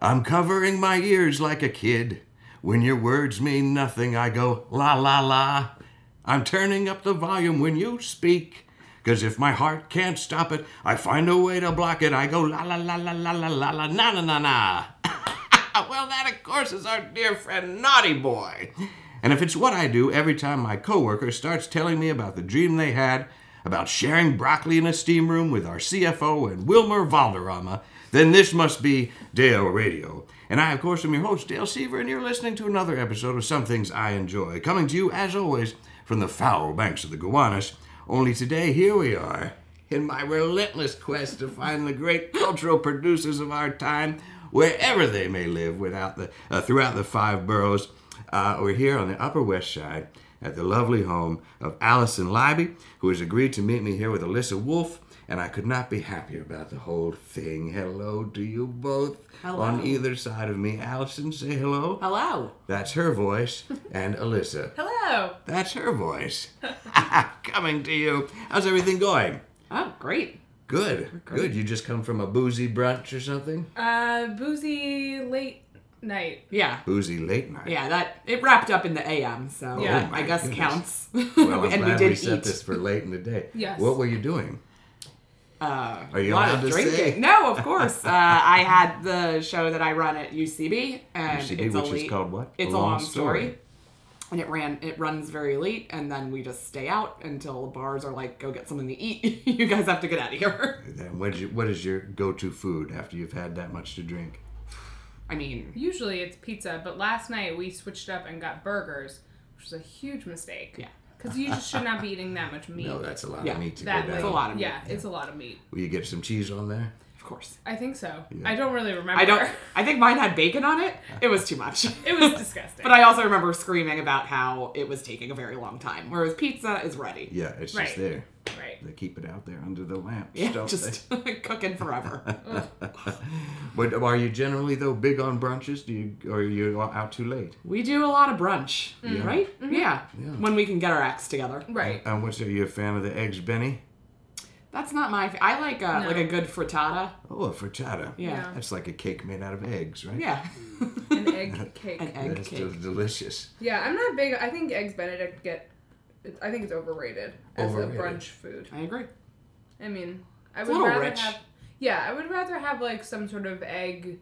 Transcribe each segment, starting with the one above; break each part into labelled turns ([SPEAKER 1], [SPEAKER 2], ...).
[SPEAKER 1] I'm covering my ears like a kid. When your words mean nothing, I go la la la. I'm turning up the volume when you speak. Cause if my heart can't stop it, I find a way to block it. I go la la la la la la la la na na na na. well, that of course is our dear friend Naughty Boy. And if it's what I do every time my coworker starts telling me about the dream they had, about sharing broccoli in a steam room with our CFO and Wilmer Valderrama, then this must be Dale Radio. And I, of course, am your host, Dale Seaver, and you're listening to another episode of Some Things I Enjoy, coming to you, as always, from the foul banks of the Gowanus. Only today, here we are, in my relentless quest to find the great cultural producers of our time, wherever they may live without the, uh, throughout the five boroughs. Uh, we're here on the Upper West Side at the lovely home of Allison Libby, who has agreed to meet me here with Alyssa Wolf, and I could not be happier about the whole thing. Hello to you both
[SPEAKER 2] Hello.
[SPEAKER 1] on either side of me. Allison, say hello.
[SPEAKER 2] Hello.
[SPEAKER 1] That's her voice, and Alyssa.
[SPEAKER 2] Hello.
[SPEAKER 1] That's her voice. Coming to you. How's everything going?
[SPEAKER 2] Oh, great.
[SPEAKER 1] Good. Good. You just come from a boozy brunch or something?
[SPEAKER 3] Uh, boozy late night.
[SPEAKER 2] Yeah.
[SPEAKER 1] Boozy late night.
[SPEAKER 2] Yeah, that it wrapped up in the AM, so
[SPEAKER 3] Yeah.
[SPEAKER 1] Oh my
[SPEAKER 2] I guess
[SPEAKER 1] goodness.
[SPEAKER 2] counts.
[SPEAKER 1] Well, I'm
[SPEAKER 2] and
[SPEAKER 1] glad
[SPEAKER 2] we did
[SPEAKER 1] set
[SPEAKER 2] eat.
[SPEAKER 1] this for late in the day.
[SPEAKER 3] Yes.
[SPEAKER 1] What were you doing?
[SPEAKER 2] uh,
[SPEAKER 1] Are you
[SPEAKER 2] a lot
[SPEAKER 1] allowed to
[SPEAKER 2] of drinking.
[SPEAKER 1] say?
[SPEAKER 2] No, of course. Uh, I had the show that I run at UCB, and
[SPEAKER 1] UCB,
[SPEAKER 2] it's a
[SPEAKER 1] which is
[SPEAKER 2] late-
[SPEAKER 1] called what?
[SPEAKER 2] It's
[SPEAKER 1] A
[SPEAKER 2] a
[SPEAKER 1] Long
[SPEAKER 2] long, story.
[SPEAKER 1] Story.
[SPEAKER 2] And it ran. It runs very late, and then we just stay out until bars are like, "Go get something to eat. you guys have to get out of here."
[SPEAKER 1] Then what is, your, what is your go-to food after you've had that much to drink?
[SPEAKER 2] I mean,
[SPEAKER 3] Usually it's pizza, but last night we switched up and got burgers, which was a huge mistake.
[SPEAKER 2] Yeah.
[SPEAKER 3] Because you just should not be eating that much meat.
[SPEAKER 1] No, that's a lot
[SPEAKER 2] Yeah,
[SPEAKER 1] of meat to
[SPEAKER 3] that
[SPEAKER 1] go down.
[SPEAKER 3] way.
[SPEAKER 2] It's a lot of meat,
[SPEAKER 3] Yeah, it's a lot of meat.
[SPEAKER 1] Will you get some cheese on there?
[SPEAKER 2] of course.
[SPEAKER 3] I think so. I don't really remember.
[SPEAKER 2] I don't. I think mine had bacon on it. It was too much.
[SPEAKER 3] it was disgusting.
[SPEAKER 2] But I also remember screaming about how it was taking a very long time, whereas pizza is ready.
[SPEAKER 1] Yeah, it's just
[SPEAKER 3] Right.
[SPEAKER 1] there.
[SPEAKER 3] right.
[SPEAKER 1] They keep it out there under the lamps,
[SPEAKER 2] Yeah,
[SPEAKER 1] don't
[SPEAKER 2] just cooking forever.
[SPEAKER 1] they? But are you generally though big on brunches? Do you or are you out too late?
[SPEAKER 2] we do a lot of brunch, right?
[SPEAKER 3] Mm-hmm.
[SPEAKER 2] Yeah.
[SPEAKER 1] Yeah.
[SPEAKER 2] when we can get our acts together.
[SPEAKER 3] Right.
[SPEAKER 1] And Um, what's are you a fan of the eggs Benny?
[SPEAKER 2] That's not my. Fa- I like a,
[SPEAKER 3] No.
[SPEAKER 2] like a good frittata.
[SPEAKER 1] Oh, a frittata.
[SPEAKER 2] Yeah,
[SPEAKER 1] That's like a cake made out of eggs, right?
[SPEAKER 2] yeah.
[SPEAKER 3] An egg cake.
[SPEAKER 2] An egg
[SPEAKER 1] That's
[SPEAKER 2] cake.
[SPEAKER 1] just delicious.
[SPEAKER 3] Yeah, I'm not big. I think eggs Benedict get. it- I think it's overrated as
[SPEAKER 1] Overrated.
[SPEAKER 3] a brunch food.
[SPEAKER 2] I agree.
[SPEAKER 3] I mean, I
[SPEAKER 2] a
[SPEAKER 3] would
[SPEAKER 2] little
[SPEAKER 3] rather
[SPEAKER 2] rich.
[SPEAKER 3] have. Yeah, I would rather have like some sort of egg,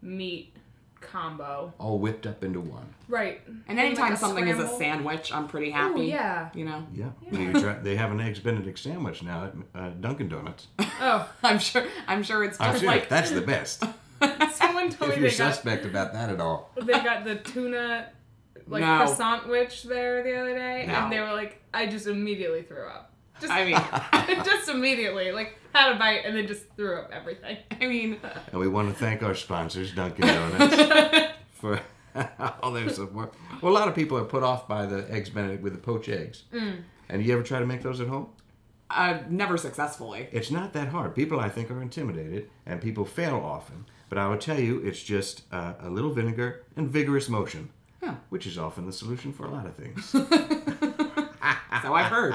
[SPEAKER 3] meat combo.
[SPEAKER 1] All whipped up into one.
[SPEAKER 3] Right.
[SPEAKER 2] And anytime
[SPEAKER 3] like a
[SPEAKER 2] something is a
[SPEAKER 3] scramble.
[SPEAKER 2] sandwich, I'm pretty happy.
[SPEAKER 3] Oh yeah.
[SPEAKER 2] You know,
[SPEAKER 1] Yeah. You try, they have an eggs Benedict sandwich now at uh, Dunkin' Donuts.
[SPEAKER 3] Oh,
[SPEAKER 2] I'm sure. I'm sure it's
[SPEAKER 1] I'm
[SPEAKER 2] just
[SPEAKER 1] sure
[SPEAKER 2] like Oh,
[SPEAKER 1] that's the best.
[SPEAKER 3] someone told
[SPEAKER 1] if
[SPEAKER 3] me
[SPEAKER 1] you're
[SPEAKER 3] they got,
[SPEAKER 1] suspect about that at all.
[SPEAKER 3] they got the tuna like
[SPEAKER 2] No.
[SPEAKER 3] croissant witch there the other day,
[SPEAKER 2] No.
[SPEAKER 3] and they were like, I just immediately threw up. Just,
[SPEAKER 2] I mean,
[SPEAKER 3] just immediately, like had a bite and then just threw up everything.
[SPEAKER 2] I mean,
[SPEAKER 1] And we want to thank our sponsors, Dunkin' Donuts, for all their support. Well, a lot of people are put off by the eggs Benedict with the poached eggs.
[SPEAKER 2] Mm.
[SPEAKER 1] And you ever try to make those at home?
[SPEAKER 2] uh, never successfully.
[SPEAKER 1] It's not that hard. People, I think, are intimidated, and people fail often. But I will tell you, it's just uh, a little vinegar and vigorous motion,
[SPEAKER 2] Huh.
[SPEAKER 1] which is often the solution for a lot of things.
[SPEAKER 2] So I've heard.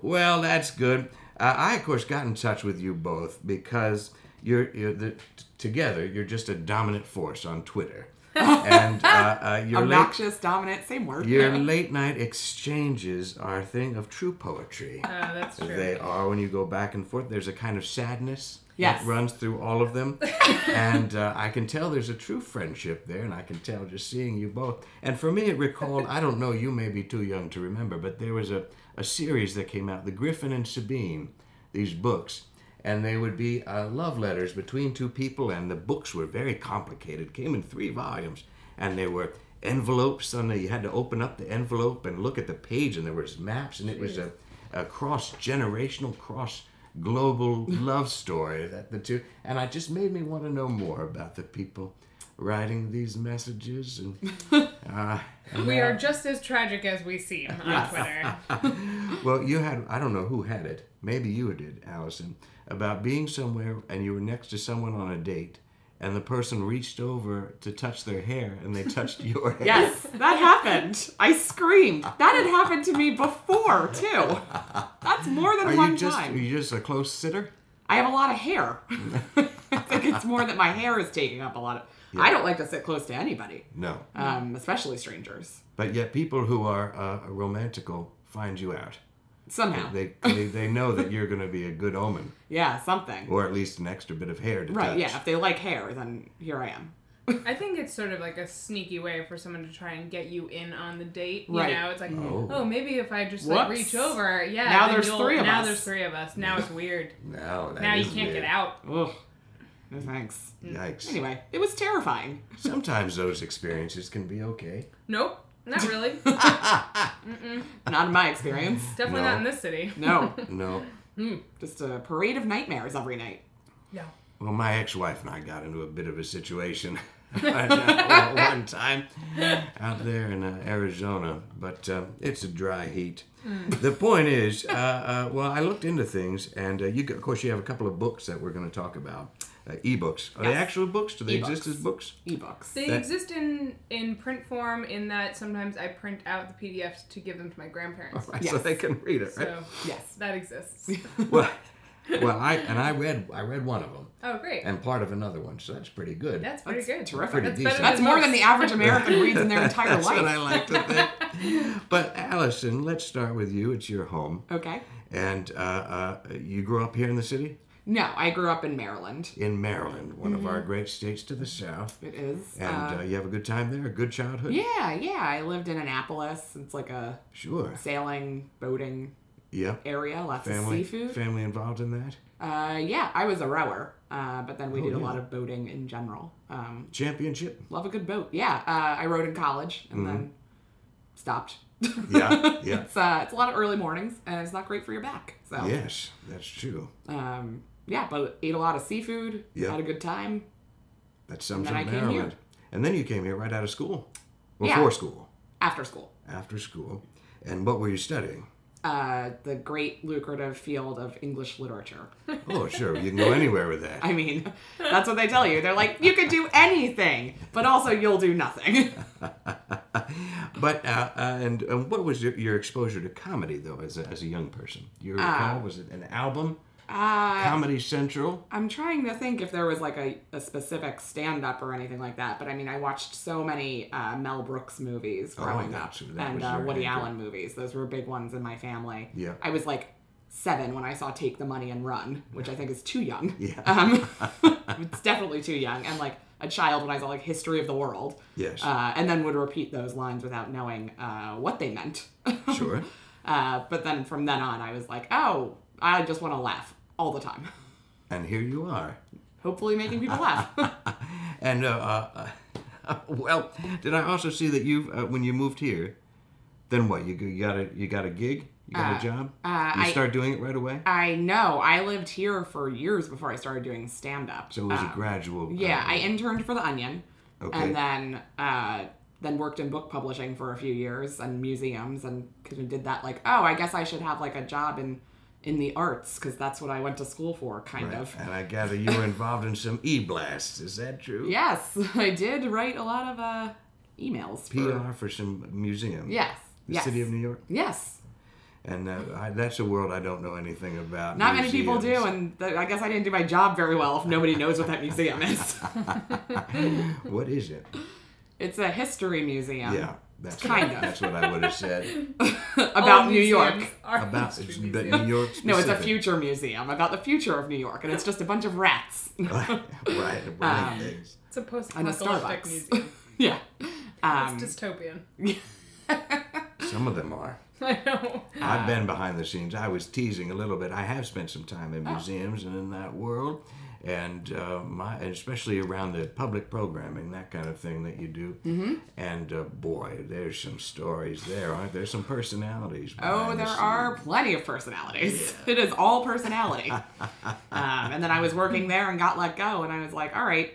[SPEAKER 1] Well, that's good. Uh, I, of course, got in touch with you both because you're, you're the, t- together. You're just a dominant force on Twitter, and uh, uh, your late,
[SPEAKER 2] Obnoxious, dominant, same word.
[SPEAKER 1] your late night exchanges are a thing of true poetry.
[SPEAKER 3] Oh, that's true.
[SPEAKER 1] They are when you go back and forth. There's a kind of sadness
[SPEAKER 2] Yes.
[SPEAKER 1] that runs through all of them, and uh, I can tell there's a true friendship there, and I can tell just seeing you both. And for me, it recalled. I don't know. You may be too young to remember, but there was a a series that came out, The Griffin and Sabine. These books. And they would be uh, love letters between two people, and the books were very complicated. Came in three volumes, and there were envelopes on there. You had to open up the envelope and look at the page, and there was maps, and it was a, a cross generational, cross global love story that the two. And I just made me want to know more about the people writing these messages. And uh,
[SPEAKER 3] We are just as tragic as we seem on Twitter.
[SPEAKER 1] well, you had I don't know who had it. Maybe you did, Allison, about being somewhere and you were next to someone on a date. And the person reached over to touch their hair, and they touched your hair.
[SPEAKER 2] Yes, that happened. I screamed. That had happened to me before too. That's more than
[SPEAKER 1] Are
[SPEAKER 2] one
[SPEAKER 1] you just
[SPEAKER 2] time.
[SPEAKER 1] are you just a close sitter?
[SPEAKER 2] I have a lot of hair. I think it's more that my hair is taking up a lot of. I don't like to sit close to anybody,
[SPEAKER 1] No.
[SPEAKER 2] um, especially strangers.
[SPEAKER 1] But yet, people who are uh, romantical find you out.
[SPEAKER 2] Somehow,
[SPEAKER 1] They, they, they know that you're going to be a good omen,
[SPEAKER 2] yeah, something.
[SPEAKER 1] or at least an extra bit of hair to
[SPEAKER 2] Right?
[SPEAKER 1] touch.
[SPEAKER 2] Yeah. If they like hair, then here I am.
[SPEAKER 3] I think it's sort of like a sneaky way for someone to try and get you in on the date. You
[SPEAKER 2] Right.
[SPEAKER 3] know, it's like,
[SPEAKER 1] Oh.
[SPEAKER 3] oh, maybe if I just like
[SPEAKER 2] Whoops.
[SPEAKER 3] reach over, yeah.
[SPEAKER 2] Now
[SPEAKER 3] then
[SPEAKER 2] there's
[SPEAKER 3] you'll-
[SPEAKER 2] three of
[SPEAKER 3] now
[SPEAKER 2] us.
[SPEAKER 3] there's three of us. Now it's weird.
[SPEAKER 1] No, that
[SPEAKER 3] now you
[SPEAKER 1] is
[SPEAKER 3] can't
[SPEAKER 1] weird.
[SPEAKER 3] get out.
[SPEAKER 2] Ugh. No thanks.
[SPEAKER 1] Yikes.
[SPEAKER 2] Anyway, it was terrifying.
[SPEAKER 1] Sometimes those experiences can be okay.
[SPEAKER 3] Nope, not really.
[SPEAKER 2] Not in my experience.
[SPEAKER 3] Definitely
[SPEAKER 1] No.
[SPEAKER 3] not in this city.
[SPEAKER 2] No.
[SPEAKER 1] No.
[SPEAKER 2] Just a parade of nightmares every night.
[SPEAKER 3] No.
[SPEAKER 1] Well, my ex-wife and I got into a bit of a situation one time out there in uh, Arizona, but um, it's a dry heat.
[SPEAKER 2] Hmm.
[SPEAKER 1] The point is, uh, uh, well, I looked into things, and uh, you, g- of course, you have a couple of books that we're going to talk about. Uh, e-books. Are they
[SPEAKER 2] Yes.
[SPEAKER 1] actual books? Do they exist
[SPEAKER 2] E-books.
[SPEAKER 1] as books?
[SPEAKER 2] Ebooks.
[SPEAKER 3] They
[SPEAKER 1] That-
[SPEAKER 3] exist in in print form in that sometimes I print out the PDFs to give them to my grandparents.
[SPEAKER 1] Right, So
[SPEAKER 2] Yes.
[SPEAKER 1] they can read it, right?
[SPEAKER 3] So
[SPEAKER 2] Yes.
[SPEAKER 3] that exists.
[SPEAKER 1] Well, well, I and I read I read one of them
[SPEAKER 3] Oh, great.
[SPEAKER 1] and part of another one, so that's pretty good.
[SPEAKER 3] That's pretty
[SPEAKER 2] That's
[SPEAKER 3] good.
[SPEAKER 2] terrific.
[SPEAKER 1] Pretty
[SPEAKER 3] That's better
[SPEAKER 1] decent.
[SPEAKER 2] That's more than the
[SPEAKER 3] most.
[SPEAKER 2] average American reads in their entire
[SPEAKER 1] That's
[SPEAKER 2] life.
[SPEAKER 1] what I like to think. but Allison, let's start with you. It's your home,
[SPEAKER 2] Okay.
[SPEAKER 1] and uh, uh, you grew up here in the city
[SPEAKER 2] No, I grew up in Maryland.
[SPEAKER 1] in Maryland, one of our great states to the south.
[SPEAKER 2] It is.
[SPEAKER 1] And uh,
[SPEAKER 2] Mm-hmm. uh,
[SPEAKER 1] you have a good time there, a good childhood.
[SPEAKER 2] yeah, yeah. I lived in Annapolis. It's like a
[SPEAKER 1] Sure.
[SPEAKER 2] sailing, boating
[SPEAKER 1] Yep.
[SPEAKER 2] area. Lots
[SPEAKER 1] Family,
[SPEAKER 2] of seafood.
[SPEAKER 1] family involved in that.
[SPEAKER 2] uh, yeah, I was a rower, uh, but then we
[SPEAKER 1] Oh,
[SPEAKER 2] did a
[SPEAKER 1] yeah.
[SPEAKER 2] lot of boating in general. Um,
[SPEAKER 1] Championship.
[SPEAKER 2] love a good boat. Yeah, uh, I rowed in college and then stopped.
[SPEAKER 1] Mm-hmm. Yeah, yeah.
[SPEAKER 2] it's uh, it's a lot of early mornings, and it's not great for your back. So
[SPEAKER 1] Yes, that's true.
[SPEAKER 2] um, yeah, but ate a lot of seafood.
[SPEAKER 1] Yeah.
[SPEAKER 2] had a good time.
[SPEAKER 1] That sums
[SPEAKER 2] then
[SPEAKER 1] up
[SPEAKER 2] I came here.
[SPEAKER 1] Maryland. And then you came here right out of school,
[SPEAKER 2] Yeah.
[SPEAKER 1] before school,
[SPEAKER 2] After school,
[SPEAKER 1] after school. And what were you studying?
[SPEAKER 2] uh, the great lucrative field of English literature.
[SPEAKER 1] Oh, sure, you can go anywhere with that.
[SPEAKER 2] I mean, that's what they tell you. They're like, you could do anything, but also you'll do nothing.
[SPEAKER 1] But uh, uh, and, and what was your, your exposure to comedy though as a, as a young person? Do you recall? was it an album?
[SPEAKER 2] Uh,
[SPEAKER 1] comedy Central.
[SPEAKER 2] I'm trying to think if there was like a, a specific stand up or anything like that, but I mean, I watched so many uh, Mel Brooks movies growing up
[SPEAKER 1] that's- Oh, that
[SPEAKER 2] and
[SPEAKER 1] was
[SPEAKER 2] uh,
[SPEAKER 1] your
[SPEAKER 2] Woody
[SPEAKER 1] anchor.
[SPEAKER 2] Allen movies. Those were big ones in my family.
[SPEAKER 1] Yeah.
[SPEAKER 2] I was like seven when I saw Take the Money and Run, which I think is too young.
[SPEAKER 1] Yeah.
[SPEAKER 2] Um, it's definitely too young. And like a child when I saw like History of the World.
[SPEAKER 1] Yes.
[SPEAKER 2] Uh, and then would repeat those lines without knowing uh, what they meant.
[SPEAKER 1] sure.
[SPEAKER 2] Uh, but then from then on, I was like, oh, I just want to laugh all the time.
[SPEAKER 1] And here you are.
[SPEAKER 2] Hopefully, making people laugh.
[SPEAKER 1] And uh, uh, uh, well, did I also see that you uh, when you moved here? Then what? You, g- you got a you got a gig? You got a job?
[SPEAKER 2] uh,
[SPEAKER 1] you
[SPEAKER 2] I-
[SPEAKER 1] start doing it right away.
[SPEAKER 2] I know. I lived here for years before I started doing stand up.
[SPEAKER 1] so it was a gradual.
[SPEAKER 2] Ah, yeah,
[SPEAKER 1] uh,
[SPEAKER 2] I interned for The Onion.
[SPEAKER 1] Okay.
[SPEAKER 2] And then. Uh, then worked in book publishing for a few years and museums and because we did that like oh i guess i should have like a job in in the arts because that's what i went to school for kind of
[SPEAKER 1] And I gather you were involved in some e blasts. Is that true?
[SPEAKER 2] yes i did write a lot of uh emails for,
[SPEAKER 1] PR for some museum.
[SPEAKER 2] yes
[SPEAKER 1] The
[SPEAKER 2] yes
[SPEAKER 1] city of New York.
[SPEAKER 2] yes
[SPEAKER 1] and uh, I, that's a world I don't know anything about.
[SPEAKER 2] Not many people do,
[SPEAKER 1] museums.
[SPEAKER 2] and th- I guess I didn't do my job very well if nobody knows what that museum is.
[SPEAKER 1] what is it?
[SPEAKER 2] it's a history museum
[SPEAKER 1] Yeah, that's
[SPEAKER 2] Uh-huh. Kind
[SPEAKER 1] what,
[SPEAKER 2] of.
[SPEAKER 1] That's what I would have said
[SPEAKER 2] about
[SPEAKER 3] All
[SPEAKER 2] New York.
[SPEAKER 3] museums are
[SPEAKER 1] about
[SPEAKER 3] history
[SPEAKER 1] it's the
[SPEAKER 3] museums.
[SPEAKER 1] New York. Specific.
[SPEAKER 2] No, it's a future museum about the future of New York, and it's just a bunch of rats
[SPEAKER 1] right, right.
[SPEAKER 2] Um,
[SPEAKER 1] things.
[SPEAKER 3] It's a
[SPEAKER 2] and a
[SPEAKER 3] post-apocalyptic
[SPEAKER 2] Starbucks.
[SPEAKER 3] museum.
[SPEAKER 2] yeah. Um,
[SPEAKER 3] It's dystopian.
[SPEAKER 1] Some of them are.
[SPEAKER 3] I know.
[SPEAKER 2] Ah.
[SPEAKER 1] I've been behind the scenes. I was teasing a little bit. I have spent some time
[SPEAKER 2] Ah.
[SPEAKER 1] in museums and in that world, and uh, my and especially around the public programming, that kind of thing that you do. Mm-hmm. And uh, boy, there's some stories there, aren't there? Some personalities.
[SPEAKER 2] Oh,
[SPEAKER 1] behind the
[SPEAKER 2] there
[SPEAKER 1] scenes.
[SPEAKER 2] are plenty of personalities. It is all personality. um, and then I was working there and got let go, and I was like, all right,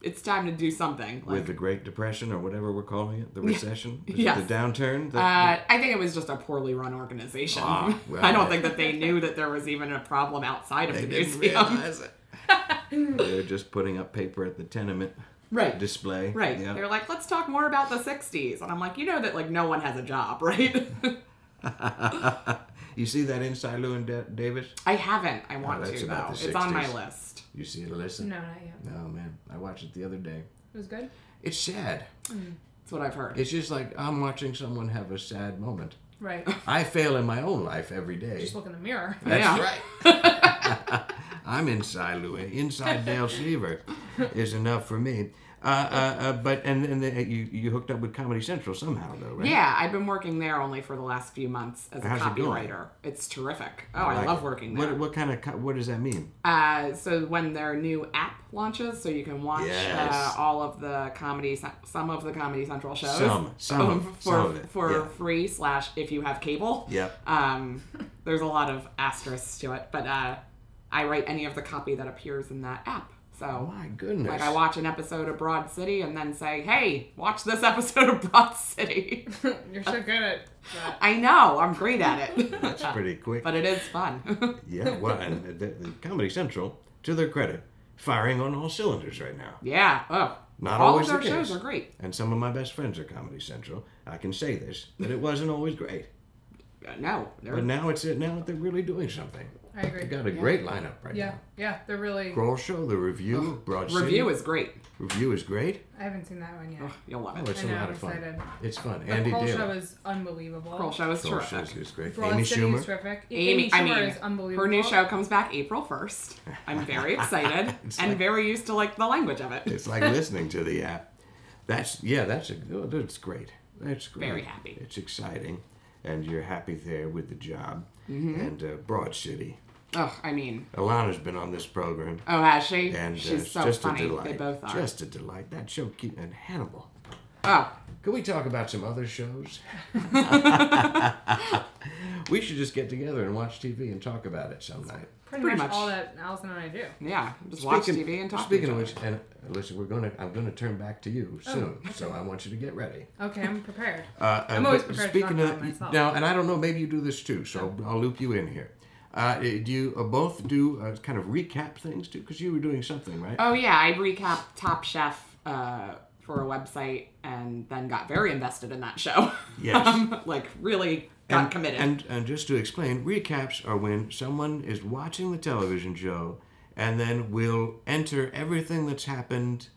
[SPEAKER 2] it's time to do something. Like,
[SPEAKER 1] with the Great Depression or whatever we're calling it, the recession, Is it
[SPEAKER 2] Yes.
[SPEAKER 1] the downturn. The-
[SPEAKER 2] Uh, I think it was just a poorly run organization.
[SPEAKER 1] Ah, well,
[SPEAKER 2] I don't
[SPEAKER 1] yeah.
[SPEAKER 2] think that they knew that there was even a problem outside of
[SPEAKER 1] they
[SPEAKER 2] the
[SPEAKER 1] didn't
[SPEAKER 2] museum.
[SPEAKER 1] realize it. They're just putting up paper at the tenement
[SPEAKER 2] Right.
[SPEAKER 1] display.
[SPEAKER 2] right.
[SPEAKER 1] Yeah.
[SPEAKER 2] They're like, let's talk more about the 60s. And I'm like, you know that like no one has a job, right?
[SPEAKER 1] You see that Inside Llewyn Da- Davis?
[SPEAKER 2] I haven't. I want
[SPEAKER 1] that's
[SPEAKER 2] to though.
[SPEAKER 1] about the
[SPEAKER 2] It's on my
[SPEAKER 1] 60s.
[SPEAKER 2] list.
[SPEAKER 1] You see it, Alyssa?
[SPEAKER 3] No, not yet.
[SPEAKER 1] No, Oh, man. I watched it the other day.
[SPEAKER 3] It was good.
[SPEAKER 1] It's sad.
[SPEAKER 2] That's what I've heard.
[SPEAKER 1] It's just like I'm watching someone have a sad moment.
[SPEAKER 3] Right.
[SPEAKER 1] I fail in my own life every day.
[SPEAKER 3] Just look in the mirror.
[SPEAKER 1] That's
[SPEAKER 2] Yeah.
[SPEAKER 1] right. I'm inside Louis. Inside Dale Seaver is enough for me. Uh, uh, uh, but and and then you you hooked up with Comedy Central somehow though, right?
[SPEAKER 2] Yeah, I've been working there only for the last few months as a
[SPEAKER 1] How's it going?
[SPEAKER 2] copywriter. It's terrific. Oh, I
[SPEAKER 1] Like
[SPEAKER 2] love
[SPEAKER 1] it.
[SPEAKER 2] working there.
[SPEAKER 1] What what kind of co- what does that mean?
[SPEAKER 2] Uh, so when their new app launches, so you can watch
[SPEAKER 1] Yes.
[SPEAKER 2] uh, all of the comedy, Cen- some of the Comedy Central shows,
[SPEAKER 1] Some, some
[SPEAKER 2] um,
[SPEAKER 1] of-
[SPEAKER 2] for
[SPEAKER 1] some of it,
[SPEAKER 2] for
[SPEAKER 1] yeah.
[SPEAKER 2] free slash if you have cable.
[SPEAKER 1] Yep.
[SPEAKER 2] Um, there's a lot of asterisks to it, but uh, I write any of the copy that appears in that app. So
[SPEAKER 1] My goodness.
[SPEAKER 2] like I watch an episode of Broad City and then say, hey, watch this episode of Broad City.
[SPEAKER 3] You're so good at that.
[SPEAKER 2] I know, I'm great at it,
[SPEAKER 1] That's pretty quick.
[SPEAKER 2] but it is fun.
[SPEAKER 1] yeah. Well, and the, the Comedy Central, to their credit, firing on all cylinders right now.
[SPEAKER 2] yeah. Oh,
[SPEAKER 1] Not
[SPEAKER 2] all
[SPEAKER 1] always
[SPEAKER 2] of their
[SPEAKER 1] the case.
[SPEAKER 2] shows are great.
[SPEAKER 1] And some of my best friends are Comedy Central. I can say this that it wasn't always great,
[SPEAKER 2] Uh, No, they're
[SPEAKER 1] but now it's now they're really doing something.
[SPEAKER 3] I
[SPEAKER 1] They
[SPEAKER 3] agree.
[SPEAKER 1] got a great lineup right
[SPEAKER 3] Yeah,
[SPEAKER 1] now.
[SPEAKER 3] yeah, they're really.
[SPEAKER 1] Grohl Show, the review, Broad
[SPEAKER 2] Review
[SPEAKER 1] City.
[SPEAKER 2] is great.
[SPEAKER 1] Review is great.
[SPEAKER 3] I haven't seen that one yet.
[SPEAKER 2] Ugh, You'll love
[SPEAKER 1] Oh,
[SPEAKER 2] it.
[SPEAKER 1] it's
[SPEAKER 3] I
[SPEAKER 1] a
[SPEAKER 3] know,
[SPEAKER 1] lot
[SPEAKER 3] I'm
[SPEAKER 1] of fun.
[SPEAKER 3] excited.
[SPEAKER 1] it's fun.
[SPEAKER 3] The
[SPEAKER 1] Andy
[SPEAKER 3] whole
[SPEAKER 1] Daly.
[SPEAKER 3] show is unbelievable.
[SPEAKER 2] Girl show is
[SPEAKER 1] Kroll
[SPEAKER 2] terrific.
[SPEAKER 1] Show is great.
[SPEAKER 3] Broad
[SPEAKER 1] Amy
[SPEAKER 3] City
[SPEAKER 1] Schumer.
[SPEAKER 3] is terrific.
[SPEAKER 2] Amy,
[SPEAKER 3] Amy Schumer
[SPEAKER 2] I mean,
[SPEAKER 3] is unbelievable.
[SPEAKER 2] her new show comes back April 1st. I'm very excited
[SPEAKER 1] It's
[SPEAKER 2] and
[SPEAKER 1] like-
[SPEAKER 2] very used to like the language of it.
[SPEAKER 1] It's like listening to the app. That's yeah. That's a, oh, that's great. That's great.
[SPEAKER 2] Very happy.
[SPEAKER 1] It's exciting, and you're happy there with the job
[SPEAKER 3] Mm-hmm.
[SPEAKER 1] and uh, Broad City.
[SPEAKER 2] Ugh, I mean,
[SPEAKER 1] Alana's been on this program,
[SPEAKER 2] oh, has she?
[SPEAKER 1] and uh,
[SPEAKER 2] She's
[SPEAKER 1] it's
[SPEAKER 2] so
[SPEAKER 1] just a
[SPEAKER 2] funny.
[SPEAKER 1] delight.
[SPEAKER 2] They both are.
[SPEAKER 1] Just a delight. That show keep and Hannibal.
[SPEAKER 2] Oh,
[SPEAKER 1] Can we talk about some other shows? we should just get together and watch TV and talk about it some night.
[SPEAKER 3] Pretty,
[SPEAKER 2] Pretty
[SPEAKER 3] much,
[SPEAKER 2] much.
[SPEAKER 3] all that Allison and I do.
[SPEAKER 2] yeah. Just watch TV and talk
[SPEAKER 1] Speaking
[SPEAKER 2] to
[SPEAKER 1] of
[SPEAKER 2] each Oh.
[SPEAKER 1] which, and uh, listen, we're gonna I'm gonna turn back to you soon, so I want you to get ready.
[SPEAKER 3] Okay, I'm prepared.
[SPEAKER 1] Uh,
[SPEAKER 3] I'm
[SPEAKER 1] uh,
[SPEAKER 3] always
[SPEAKER 1] but
[SPEAKER 3] prepared to talk about
[SPEAKER 1] of-
[SPEAKER 3] myself.
[SPEAKER 1] now, and I don't know, maybe you do this too, so I'll loop you in here. Uh, do you uh, both do uh, kind of recap things too? Because you were doing something, right?
[SPEAKER 2] Oh yeah, I recap Top Chef uh, for a website and then got very invested in that show.
[SPEAKER 1] Yes.
[SPEAKER 2] like really got committed.
[SPEAKER 1] And, and just to explain, recaps are when someone is watching the television show and then will enter everything that's happened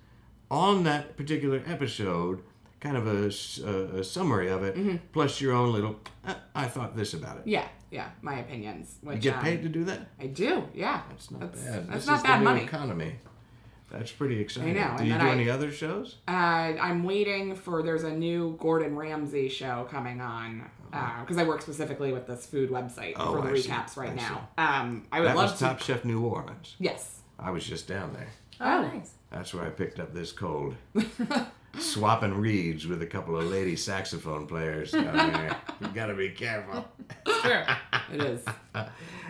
[SPEAKER 1] on that particular episode, kind of a, s- a- a summary of it,
[SPEAKER 2] Mm-hmm.
[SPEAKER 1] plus your own little, "Uh, I thought this about it.
[SPEAKER 2] yeah, yeah, my opinions. Which,
[SPEAKER 1] You get
[SPEAKER 2] um,
[SPEAKER 1] paid to do that?
[SPEAKER 2] I do. Yeah.
[SPEAKER 1] That's not
[SPEAKER 2] that's,
[SPEAKER 1] bad.
[SPEAKER 2] That's
[SPEAKER 1] this
[SPEAKER 2] not
[SPEAKER 1] is
[SPEAKER 2] bad
[SPEAKER 1] the new
[SPEAKER 2] money.
[SPEAKER 1] economy. That's pretty exciting.
[SPEAKER 2] know,
[SPEAKER 1] Do
[SPEAKER 2] and
[SPEAKER 1] you
[SPEAKER 2] then
[SPEAKER 1] do
[SPEAKER 2] I-
[SPEAKER 1] any other shows?
[SPEAKER 2] Uh, I'm waiting for there's a new Gordon Ramsay show coming on because I work specifically with this food website
[SPEAKER 1] Oh,
[SPEAKER 2] for the
[SPEAKER 1] I see,
[SPEAKER 2] recaps right
[SPEAKER 1] I
[SPEAKER 2] now. Um, I would
[SPEAKER 1] that
[SPEAKER 2] love
[SPEAKER 1] was
[SPEAKER 2] to.
[SPEAKER 1] Top Chef New Orleans.
[SPEAKER 2] Yes.
[SPEAKER 1] I was just down there.
[SPEAKER 2] Oh.
[SPEAKER 3] nice.
[SPEAKER 1] That's where I picked up this cold. Swapping reeds with a couple of lady saxophone players down there. You gotta be careful.
[SPEAKER 3] It's true.
[SPEAKER 2] It is.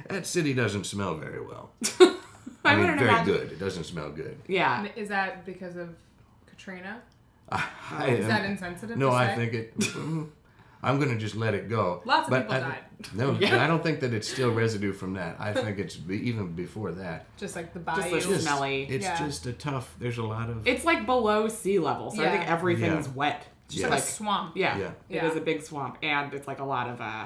[SPEAKER 1] That city doesn't smell very well.
[SPEAKER 2] I
[SPEAKER 1] mean,
[SPEAKER 2] wouldn't
[SPEAKER 1] very
[SPEAKER 2] imagine-
[SPEAKER 1] good. It doesn't smell good.
[SPEAKER 2] Yeah.
[SPEAKER 3] Is that because of Katrina?
[SPEAKER 1] I
[SPEAKER 3] Oh, Is
[SPEAKER 1] am-
[SPEAKER 3] that insensitive?
[SPEAKER 1] no,
[SPEAKER 3] to
[SPEAKER 1] I
[SPEAKER 3] say?
[SPEAKER 1] think it. mm, I'm gonna just let it go.
[SPEAKER 3] Lots of
[SPEAKER 1] But
[SPEAKER 3] people
[SPEAKER 1] I-
[SPEAKER 3] died.
[SPEAKER 1] No, I don't think that it's still residue from that. I think it's be, even before that.
[SPEAKER 3] Just like the
[SPEAKER 2] Just
[SPEAKER 3] bayou.
[SPEAKER 2] like-
[SPEAKER 1] Just-
[SPEAKER 2] Smelly.
[SPEAKER 1] It's
[SPEAKER 3] Yeah.
[SPEAKER 1] just a tough. There's a lot of.
[SPEAKER 2] It's like below sea level, so I think
[SPEAKER 3] Yeah.
[SPEAKER 2] everything's
[SPEAKER 1] Yeah.
[SPEAKER 2] wet.
[SPEAKER 3] just
[SPEAKER 1] Yeah.
[SPEAKER 3] like a
[SPEAKER 2] Like
[SPEAKER 3] swamp.
[SPEAKER 2] Yeah.
[SPEAKER 1] Yeah.
[SPEAKER 2] It
[SPEAKER 3] Yeah.
[SPEAKER 2] is a big swamp and it's like a lot of uh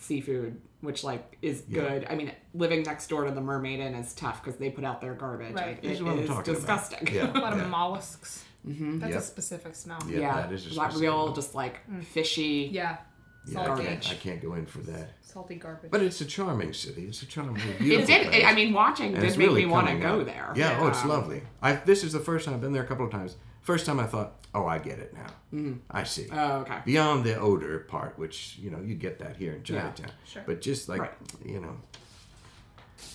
[SPEAKER 2] seafood which like is
[SPEAKER 1] Yeah.
[SPEAKER 2] good. I mean, living next door to the Mermaid Inn is tough cuz they put out their garbage.
[SPEAKER 3] Right.
[SPEAKER 2] It
[SPEAKER 1] That's what I'm
[SPEAKER 2] is
[SPEAKER 1] talking about.
[SPEAKER 2] disgusting.
[SPEAKER 1] Yeah.
[SPEAKER 3] A lot of mollusks. That's
[SPEAKER 1] Yep.
[SPEAKER 3] a specific smell.
[SPEAKER 1] Yeah.
[SPEAKER 2] Mm-hmm. yeah.
[SPEAKER 1] that is a
[SPEAKER 2] Like,
[SPEAKER 1] specific
[SPEAKER 2] real
[SPEAKER 1] one.
[SPEAKER 2] just like fishy.
[SPEAKER 3] Mm. Yeah.
[SPEAKER 1] yeah, I,
[SPEAKER 3] Salty.
[SPEAKER 1] can't, I can't go in for that.
[SPEAKER 3] Salty garbage.
[SPEAKER 1] But it's a charming city. It's a charming, beautiful
[SPEAKER 2] It did
[SPEAKER 1] place.
[SPEAKER 2] it, I mean, watching
[SPEAKER 1] And
[SPEAKER 2] did
[SPEAKER 1] it's
[SPEAKER 2] make
[SPEAKER 1] really
[SPEAKER 2] me want to
[SPEAKER 1] coming
[SPEAKER 2] go
[SPEAKER 1] up.
[SPEAKER 2] there.
[SPEAKER 1] Yeah, oh, it's
[SPEAKER 2] Um,
[SPEAKER 1] lovely. I, this is the first time I've been there a couple of times. First time I thought, oh, I get it now. Mm. I see.
[SPEAKER 2] Oh, okay.
[SPEAKER 1] Beyond the odor part, which you know you get that here in Chinatown,
[SPEAKER 3] Sure.
[SPEAKER 1] but just like
[SPEAKER 2] Right.
[SPEAKER 1] you know,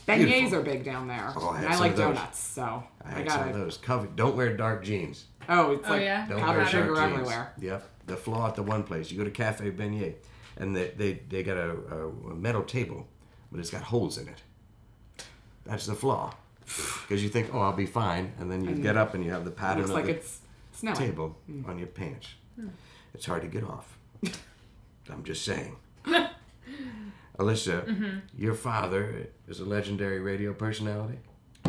[SPEAKER 2] Beignets
[SPEAKER 1] beautiful.
[SPEAKER 2] are big down there.
[SPEAKER 1] Oh, I had
[SPEAKER 2] and I
[SPEAKER 1] some
[SPEAKER 2] like
[SPEAKER 1] of those.
[SPEAKER 2] donuts, so
[SPEAKER 1] I
[SPEAKER 2] I,
[SPEAKER 1] had some
[SPEAKER 2] got
[SPEAKER 1] of
[SPEAKER 2] to
[SPEAKER 1] those. Cover, don't wear dark jeans.
[SPEAKER 2] Oh, it's
[SPEAKER 3] Oh,
[SPEAKER 2] like
[SPEAKER 3] yeah?
[SPEAKER 1] Don't
[SPEAKER 3] Powdered
[SPEAKER 1] wear
[SPEAKER 2] powdered
[SPEAKER 1] dark
[SPEAKER 2] sugar
[SPEAKER 1] jeans.
[SPEAKER 2] everywhere.
[SPEAKER 1] Yep. The flaw at the one place. You go to Cafe Beignet, and they they, they got a, a metal table, but it's got holes in it. That's the flaw. Because you think, oh, I'll be fine, and then you get up and you have the pattern
[SPEAKER 2] Mm. Looks
[SPEAKER 1] of
[SPEAKER 2] like Mm. Hmm.
[SPEAKER 1] the
[SPEAKER 2] it's snowing.
[SPEAKER 1] table on your pants. It's hard to get off. I'm just saying. Alyssa,
[SPEAKER 2] Mm-hmm.
[SPEAKER 1] your father is a legendary radio personality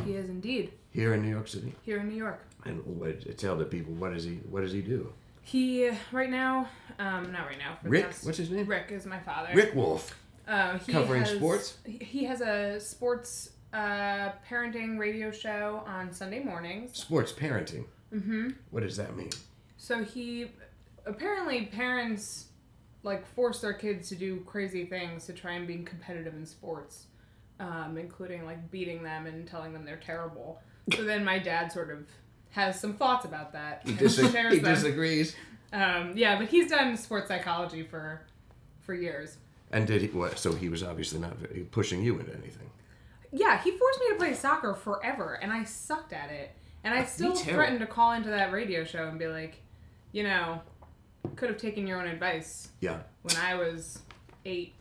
[SPEAKER 3] he is indeed
[SPEAKER 1] here in New York City.
[SPEAKER 3] here in New York.
[SPEAKER 1] And what, tell the people what does he what does he do?
[SPEAKER 3] He right now, um, not right now. For the
[SPEAKER 1] Rick,
[SPEAKER 3] past-
[SPEAKER 1] what's his name?
[SPEAKER 3] Rick is my father.
[SPEAKER 1] Rick Wolf.
[SPEAKER 3] Um, he
[SPEAKER 1] Covering
[SPEAKER 3] has-
[SPEAKER 1] sports?
[SPEAKER 3] He has a sports uh, parenting radio show on Sunday mornings.
[SPEAKER 1] Sports parenting.
[SPEAKER 3] Mm-hmm.
[SPEAKER 1] What does that mean?
[SPEAKER 3] So he apparently parents like force their kids to do crazy things to try and be competitive in sports, um, including like beating them and telling them they're terrible. So then my dad sort of has some thoughts about that.
[SPEAKER 1] He,
[SPEAKER 3] and
[SPEAKER 1] dis-
[SPEAKER 3] shares
[SPEAKER 1] he
[SPEAKER 3] them.
[SPEAKER 1] disagrees.
[SPEAKER 3] Um, yeah, but he's done sports psychology for for years.
[SPEAKER 1] And did he? What, so he was obviously not very- pushing you into anything.
[SPEAKER 3] Yeah, he forced me to play soccer forever, and I sucked at it. And I still
[SPEAKER 2] too.
[SPEAKER 3] threatened to call into that radio show and be like, you know, could have taken your own advice.
[SPEAKER 1] Yeah.
[SPEAKER 3] when I was eight.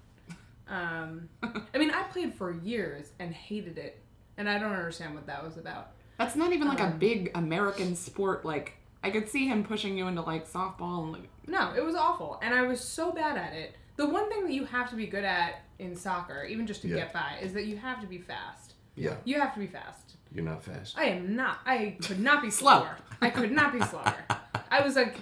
[SPEAKER 3] Um, I mean, I played for years and hated it, and I don't understand what that was about.
[SPEAKER 2] That's not even
[SPEAKER 3] Uh-huh.
[SPEAKER 2] like a big American sport. Like I could see him pushing you into like softball and like,
[SPEAKER 3] No, it was awful, and I was so bad at it. The one thing that you have to be good at in soccer, even just to
[SPEAKER 1] Yeah.
[SPEAKER 3] get by, is that you have to be fast.
[SPEAKER 1] Yeah.
[SPEAKER 3] You have to be fast.
[SPEAKER 1] You're not fast.
[SPEAKER 3] I am not. I could not be
[SPEAKER 2] Slow.
[SPEAKER 3] slower. I could not be slower. I was like,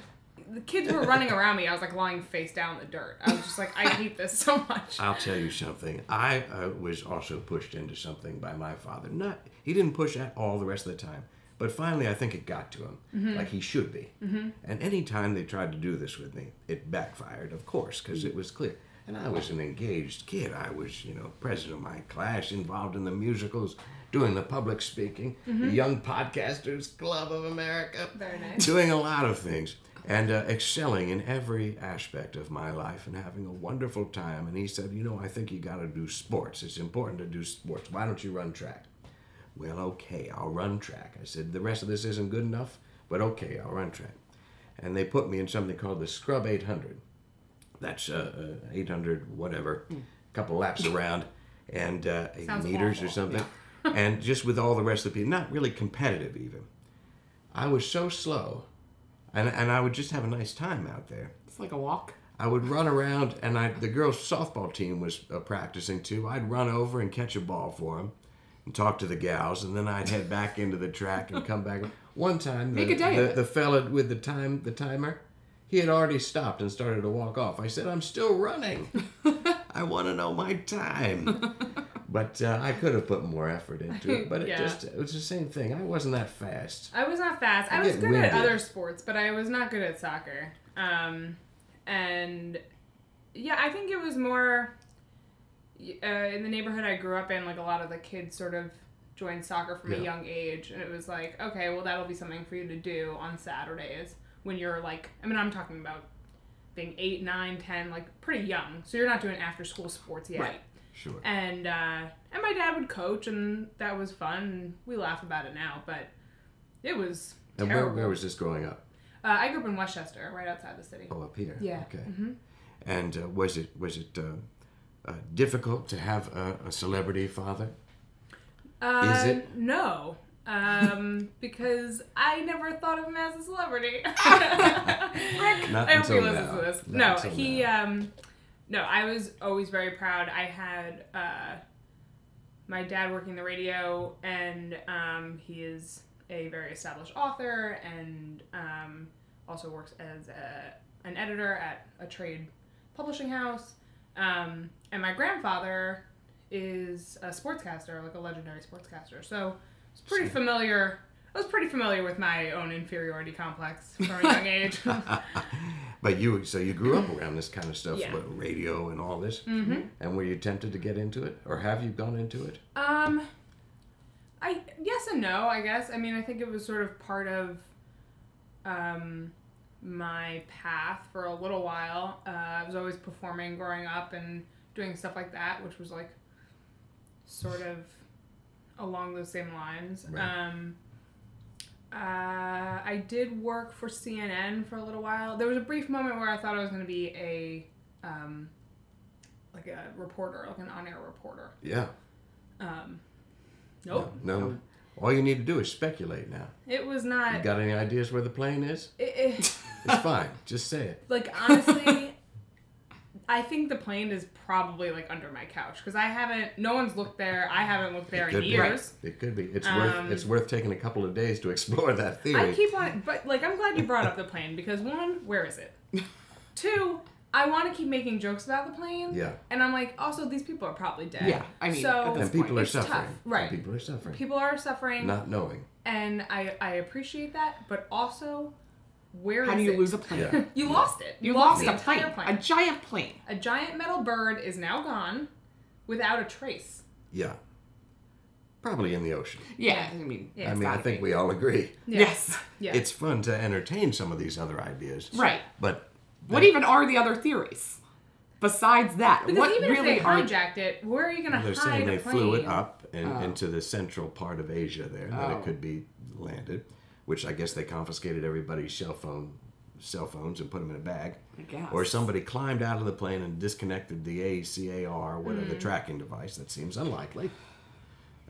[SPEAKER 3] the kids were running around me. I was like lying face down in the dirt. I was just like, I hate this so much.
[SPEAKER 1] I'll tell you something. I uh, was also pushed into something by my father. Not he didn't push at all the rest of the time, but finally I think it got to him, like he should be. Mm-hmm. And any time they tried to do this with me, it backfired, of course, because it was clear. And I was an engaged kid. I was, you know, president of my class, involved in the musicals, doing the public speaking, the Young Podcasters Club of America,
[SPEAKER 3] Very nice.
[SPEAKER 1] doing a lot of things and uh, excelling in every aspect of my life and having a wonderful time. And he said, You know, I think you got to do sports. It's important to do sports. Why don't you run track? Well, okay, I'll run track. I said, The rest of this isn't good enough, but okay, I'll run track. And they put me in something called the Scrub 800. That's uh, uh, 800, whatever, Hmm. couple laps around, and uh, eight
[SPEAKER 3] Sounds
[SPEAKER 1] meters or
[SPEAKER 3] awful.
[SPEAKER 1] something. and just with all the rest of the people, not really competitive even. I was so slow, and, and I would just have a nice time out there.
[SPEAKER 2] it's like a walk.
[SPEAKER 1] I would run around, and I the girls' softball team was uh, practicing too. I'd run over and catch a ball for them, and talk to the gals, and then I'd head back into the track and come back. One time, the,
[SPEAKER 2] Make a day of
[SPEAKER 1] the,
[SPEAKER 2] it.
[SPEAKER 1] the fella with the time the timer, he had already stopped and started to walk off. I said, "I'm still running. I want to know my time." But uh, I could have put more effort into it. But it
[SPEAKER 3] Yeah.
[SPEAKER 1] just it was the same thing. I wasn't that fast.
[SPEAKER 3] I was not fast. I was
[SPEAKER 1] get
[SPEAKER 3] good
[SPEAKER 1] winded.
[SPEAKER 3] at other sports, but I was not good at soccer. Um, and yeah, I think it was more y- uh, in the neighborhood I grew up in. Like a lot of the kids sort of joined soccer from
[SPEAKER 1] Yeah.
[SPEAKER 3] a young age, and it was like, okay, well that'll be something for you to do on Saturdays when you're like, I mean, I'm talking about being eight, nine, ten, like pretty young. So you're not doing after school sports yet.
[SPEAKER 2] Right.
[SPEAKER 1] Sure.
[SPEAKER 3] And uh, and my dad would coach, and that was fun. We laugh about it now, but it was
[SPEAKER 1] And where,
[SPEAKER 3] terrible.
[SPEAKER 1] where was this growing up?
[SPEAKER 3] uh, I grew up in Westchester, right outside the city.
[SPEAKER 1] Oh, up here.
[SPEAKER 3] Yeah. Mm-hmm.
[SPEAKER 1] Okay. And uh, was it was it uh, uh, difficult to have a, a celebrity father?
[SPEAKER 3] Uh,
[SPEAKER 1] Is it?
[SPEAKER 3] No, um, because I never thought of him as a celebrity.
[SPEAKER 1] Not
[SPEAKER 3] I hope he
[SPEAKER 1] until
[SPEAKER 3] listens
[SPEAKER 1] now.
[SPEAKER 3] to this.
[SPEAKER 1] Not
[SPEAKER 3] No,
[SPEAKER 1] until
[SPEAKER 3] he.
[SPEAKER 1] now.
[SPEAKER 3] Um, no, I was always very proud. I had uh, my dad working the radio, and um, he is a very established author, and um, also works as a, an editor at a trade publishing house. Um, and my grandfather is a sportscaster, like a legendary sportscaster. So it's pretty familiar. I was pretty familiar with my own inferiority complex from a young age. Mm-hmm.
[SPEAKER 1] But you so you grew up around this kind of stuff,
[SPEAKER 3] Yeah.
[SPEAKER 1] what, radio and all this. And were you tempted to get into it, or have you gone into it?
[SPEAKER 3] Um, I yes and no. I guess. I mean, I think it was sort of part of um, my path for a little while. Uh, I was always performing growing up and doing stuff like that, which was like sort of along those same lines.
[SPEAKER 1] Right.
[SPEAKER 3] Um, uh, I did work for CNN for a little while. There was a brief moment where I thought I was going to be a um, like a reporter, like an on-air reporter.
[SPEAKER 1] Yeah.
[SPEAKER 3] Um, nope.
[SPEAKER 1] No. no. All you need to do is speculate now.
[SPEAKER 3] It was
[SPEAKER 1] You
[SPEAKER 3] not.
[SPEAKER 1] got any ideas where the plane is?
[SPEAKER 3] It, it,
[SPEAKER 1] It's fine. Just say it.
[SPEAKER 3] like, honestly, I think the plane is probably, like, under my couch because I haven't, no one's looked there. I haven't looked there in
[SPEAKER 1] Could be.
[SPEAKER 3] years.
[SPEAKER 1] It could be. It's
[SPEAKER 3] Um,
[SPEAKER 1] worth it's worth taking a couple of days to explore that theory.
[SPEAKER 3] I keep on, but, like, I'm glad you brought up the plane because, one, where is it? Two, I want to keep making jokes about the plane.
[SPEAKER 1] Yeah.
[SPEAKER 3] And I'm like, also these people are probably dead.
[SPEAKER 2] Yeah, I mean,
[SPEAKER 3] so
[SPEAKER 2] at this
[SPEAKER 1] and people are
[SPEAKER 2] It's
[SPEAKER 3] tough,
[SPEAKER 1] suffering.
[SPEAKER 3] right.
[SPEAKER 1] And people are suffering.
[SPEAKER 3] people are suffering,
[SPEAKER 1] Not knowing.
[SPEAKER 3] and I I appreciate that, but also, where
[SPEAKER 2] How
[SPEAKER 3] is
[SPEAKER 2] do you
[SPEAKER 3] it?
[SPEAKER 2] lose a plane?
[SPEAKER 1] Yeah.
[SPEAKER 3] You lost it.
[SPEAKER 2] You lost
[SPEAKER 3] the
[SPEAKER 2] a plane,
[SPEAKER 3] entire
[SPEAKER 2] a
[SPEAKER 3] plane.
[SPEAKER 2] giant plane.
[SPEAKER 3] A giant metal bird is now gone, without a trace.
[SPEAKER 1] Yeah. Probably in the ocean.
[SPEAKER 2] Yeah, I mean,
[SPEAKER 3] Yeah.
[SPEAKER 1] I
[SPEAKER 3] it's
[SPEAKER 1] mean, I
[SPEAKER 2] gotta
[SPEAKER 1] think we all agree.
[SPEAKER 3] Yeah.
[SPEAKER 2] yes.
[SPEAKER 3] Yeah.
[SPEAKER 1] It's fun to entertain some of these other ideas.
[SPEAKER 2] Right.
[SPEAKER 1] But
[SPEAKER 2] What even are the other theories besides that?
[SPEAKER 3] because
[SPEAKER 2] what
[SPEAKER 3] even
[SPEAKER 2] really
[SPEAKER 3] if they
[SPEAKER 2] are?
[SPEAKER 3] hijacked it, where are you gonna
[SPEAKER 1] they're
[SPEAKER 3] hide
[SPEAKER 1] saying
[SPEAKER 3] a
[SPEAKER 1] they
[SPEAKER 3] plane?
[SPEAKER 1] flew it up and
[SPEAKER 2] Oh.
[SPEAKER 1] into the central part of Asia there, that
[SPEAKER 2] Oh.
[SPEAKER 1] it could be landed, which I guess they confiscated everybody's cell phone cell phones and put them in a bag.
[SPEAKER 2] I guess.
[SPEAKER 1] Or somebody climbed out of the plane and disconnected the ACAR, whatever
[SPEAKER 2] Mm.
[SPEAKER 1] tracking device. That seems unlikely.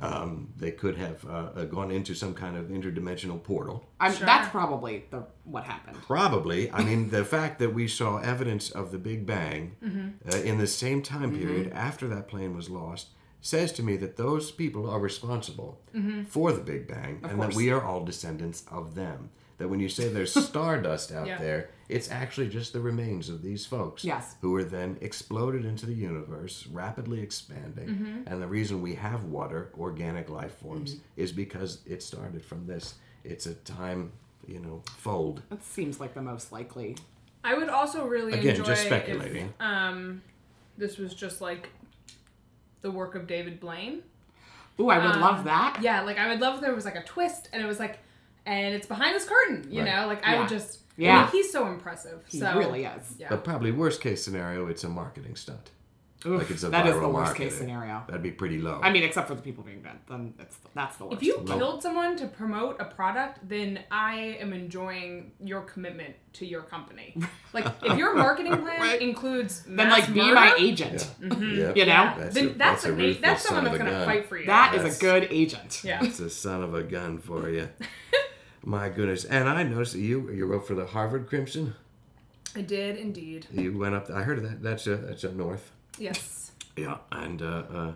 [SPEAKER 1] Um, they could have uh, uh, gone into some kind of interdimensional portal.
[SPEAKER 2] I'm,
[SPEAKER 3] Sure.
[SPEAKER 2] That's probably the what happened.
[SPEAKER 1] Probably. I mean, the fact that we saw evidence of the Big Bang
[SPEAKER 2] Mm-hmm.
[SPEAKER 1] uh, in the same time period after that plane was lost says to me that those people are responsible for the Big Bang and
[SPEAKER 2] Mm-hmm. course.
[SPEAKER 1] that we are all descendants of them. That when you say there's stardust out
[SPEAKER 3] Yeah.
[SPEAKER 1] there, it's actually just the remains of these folks
[SPEAKER 2] Yes.
[SPEAKER 1] who were then exploded into the universe, rapidly expanding.
[SPEAKER 2] Mm-hmm.
[SPEAKER 1] And the reason we have water, organic life forms, is because it started from this. It's a time, you know, fold.
[SPEAKER 2] That seems like the most likely.
[SPEAKER 3] I would also really
[SPEAKER 1] Again,
[SPEAKER 3] enjoy
[SPEAKER 1] just speculating.
[SPEAKER 3] If, um, this was just like the work of David Blaine.
[SPEAKER 2] Ooh, I would
[SPEAKER 3] Um,
[SPEAKER 2] love that.
[SPEAKER 3] Yeah, like I would love if there was like a twist, and it was like, and it's behind this curtain, you
[SPEAKER 1] Right.
[SPEAKER 3] know. Like I
[SPEAKER 2] Yeah.
[SPEAKER 3] would just, I
[SPEAKER 2] Yeah.
[SPEAKER 3] mean, he's so impressive.
[SPEAKER 2] He
[SPEAKER 3] so
[SPEAKER 2] really is.
[SPEAKER 3] yeah,
[SPEAKER 1] But probably worst case scenario, it's a marketing stunt.
[SPEAKER 2] Oof,
[SPEAKER 1] Like it's a
[SPEAKER 2] that is
[SPEAKER 1] viral
[SPEAKER 2] the worst
[SPEAKER 1] market.
[SPEAKER 2] case scenario.
[SPEAKER 1] That'd be pretty low.
[SPEAKER 2] I mean, except for the people being dead. Then it's that's the worst.
[SPEAKER 3] if you
[SPEAKER 1] Well-
[SPEAKER 3] killed someone to promote a product, then I am enjoying your commitment to your company. Like if your marketing plan
[SPEAKER 2] Right.
[SPEAKER 3] includes
[SPEAKER 2] then
[SPEAKER 3] mass
[SPEAKER 2] like be
[SPEAKER 3] murder,
[SPEAKER 2] my
[SPEAKER 1] yeah.
[SPEAKER 2] agent.
[SPEAKER 1] Yep.
[SPEAKER 2] You know?
[SPEAKER 1] That's
[SPEAKER 3] then
[SPEAKER 1] a-
[SPEAKER 3] that's
[SPEAKER 1] that's
[SPEAKER 3] a,
[SPEAKER 1] a
[SPEAKER 3] ma-
[SPEAKER 1] ruthless
[SPEAKER 3] that's someone
[SPEAKER 1] son of
[SPEAKER 3] that's
[SPEAKER 1] a gun.
[SPEAKER 3] gonna fight for you.
[SPEAKER 2] That is
[SPEAKER 1] That's-
[SPEAKER 2] a good agent.
[SPEAKER 3] yeah.
[SPEAKER 1] That's a son of a gun for you. My goodness. And I noticed that you you wrote for the Harvard Crimson.
[SPEAKER 3] I did indeed.
[SPEAKER 1] You went up. I heard of that. That's a that's up north.
[SPEAKER 3] Yes.
[SPEAKER 1] Yeah. And uh, uh,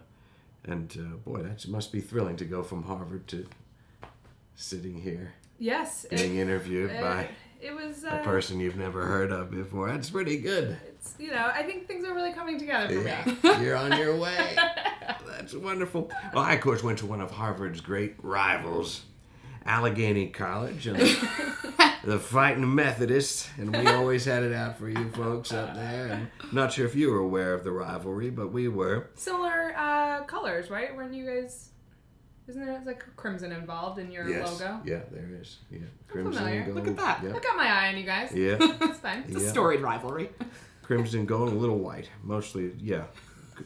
[SPEAKER 1] and uh, boy, that must be thrilling to go from Harvard to sitting here
[SPEAKER 3] Yes. it-
[SPEAKER 1] being interviewed
[SPEAKER 3] it,
[SPEAKER 1] by
[SPEAKER 3] it was
[SPEAKER 1] a
[SPEAKER 3] uh,
[SPEAKER 1] person you've never heard of before. That's pretty good.
[SPEAKER 3] It's you know I think things are really coming together for me.
[SPEAKER 1] Yeah, you're on your way. That's wonderful. Well, I, of course, went to one of Harvard's great rivals, Allegheny College, and the, the Fighting Methodists, and we always had it out for you folks up there. And I'm not sure if you were aware of the rivalry, but we were.
[SPEAKER 3] Similar uh, colors, right? Weren't you guys? Isn't there like crimson involved in your logo?
[SPEAKER 1] Yeah, there is. Yeah, crimson
[SPEAKER 3] familiar.
[SPEAKER 1] and gold.
[SPEAKER 2] Look at that.
[SPEAKER 3] I got my eye on you guys.
[SPEAKER 1] Yeah, yeah,
[SPEAKER 3] That's fine.
[SPEAKER 2] It's a
[SPEAKER 1] Yeah.
[SPEAKER 2] storied rivalry.
[SPEAKER 1] crimson, gold, and a little white. Mostly, yeah.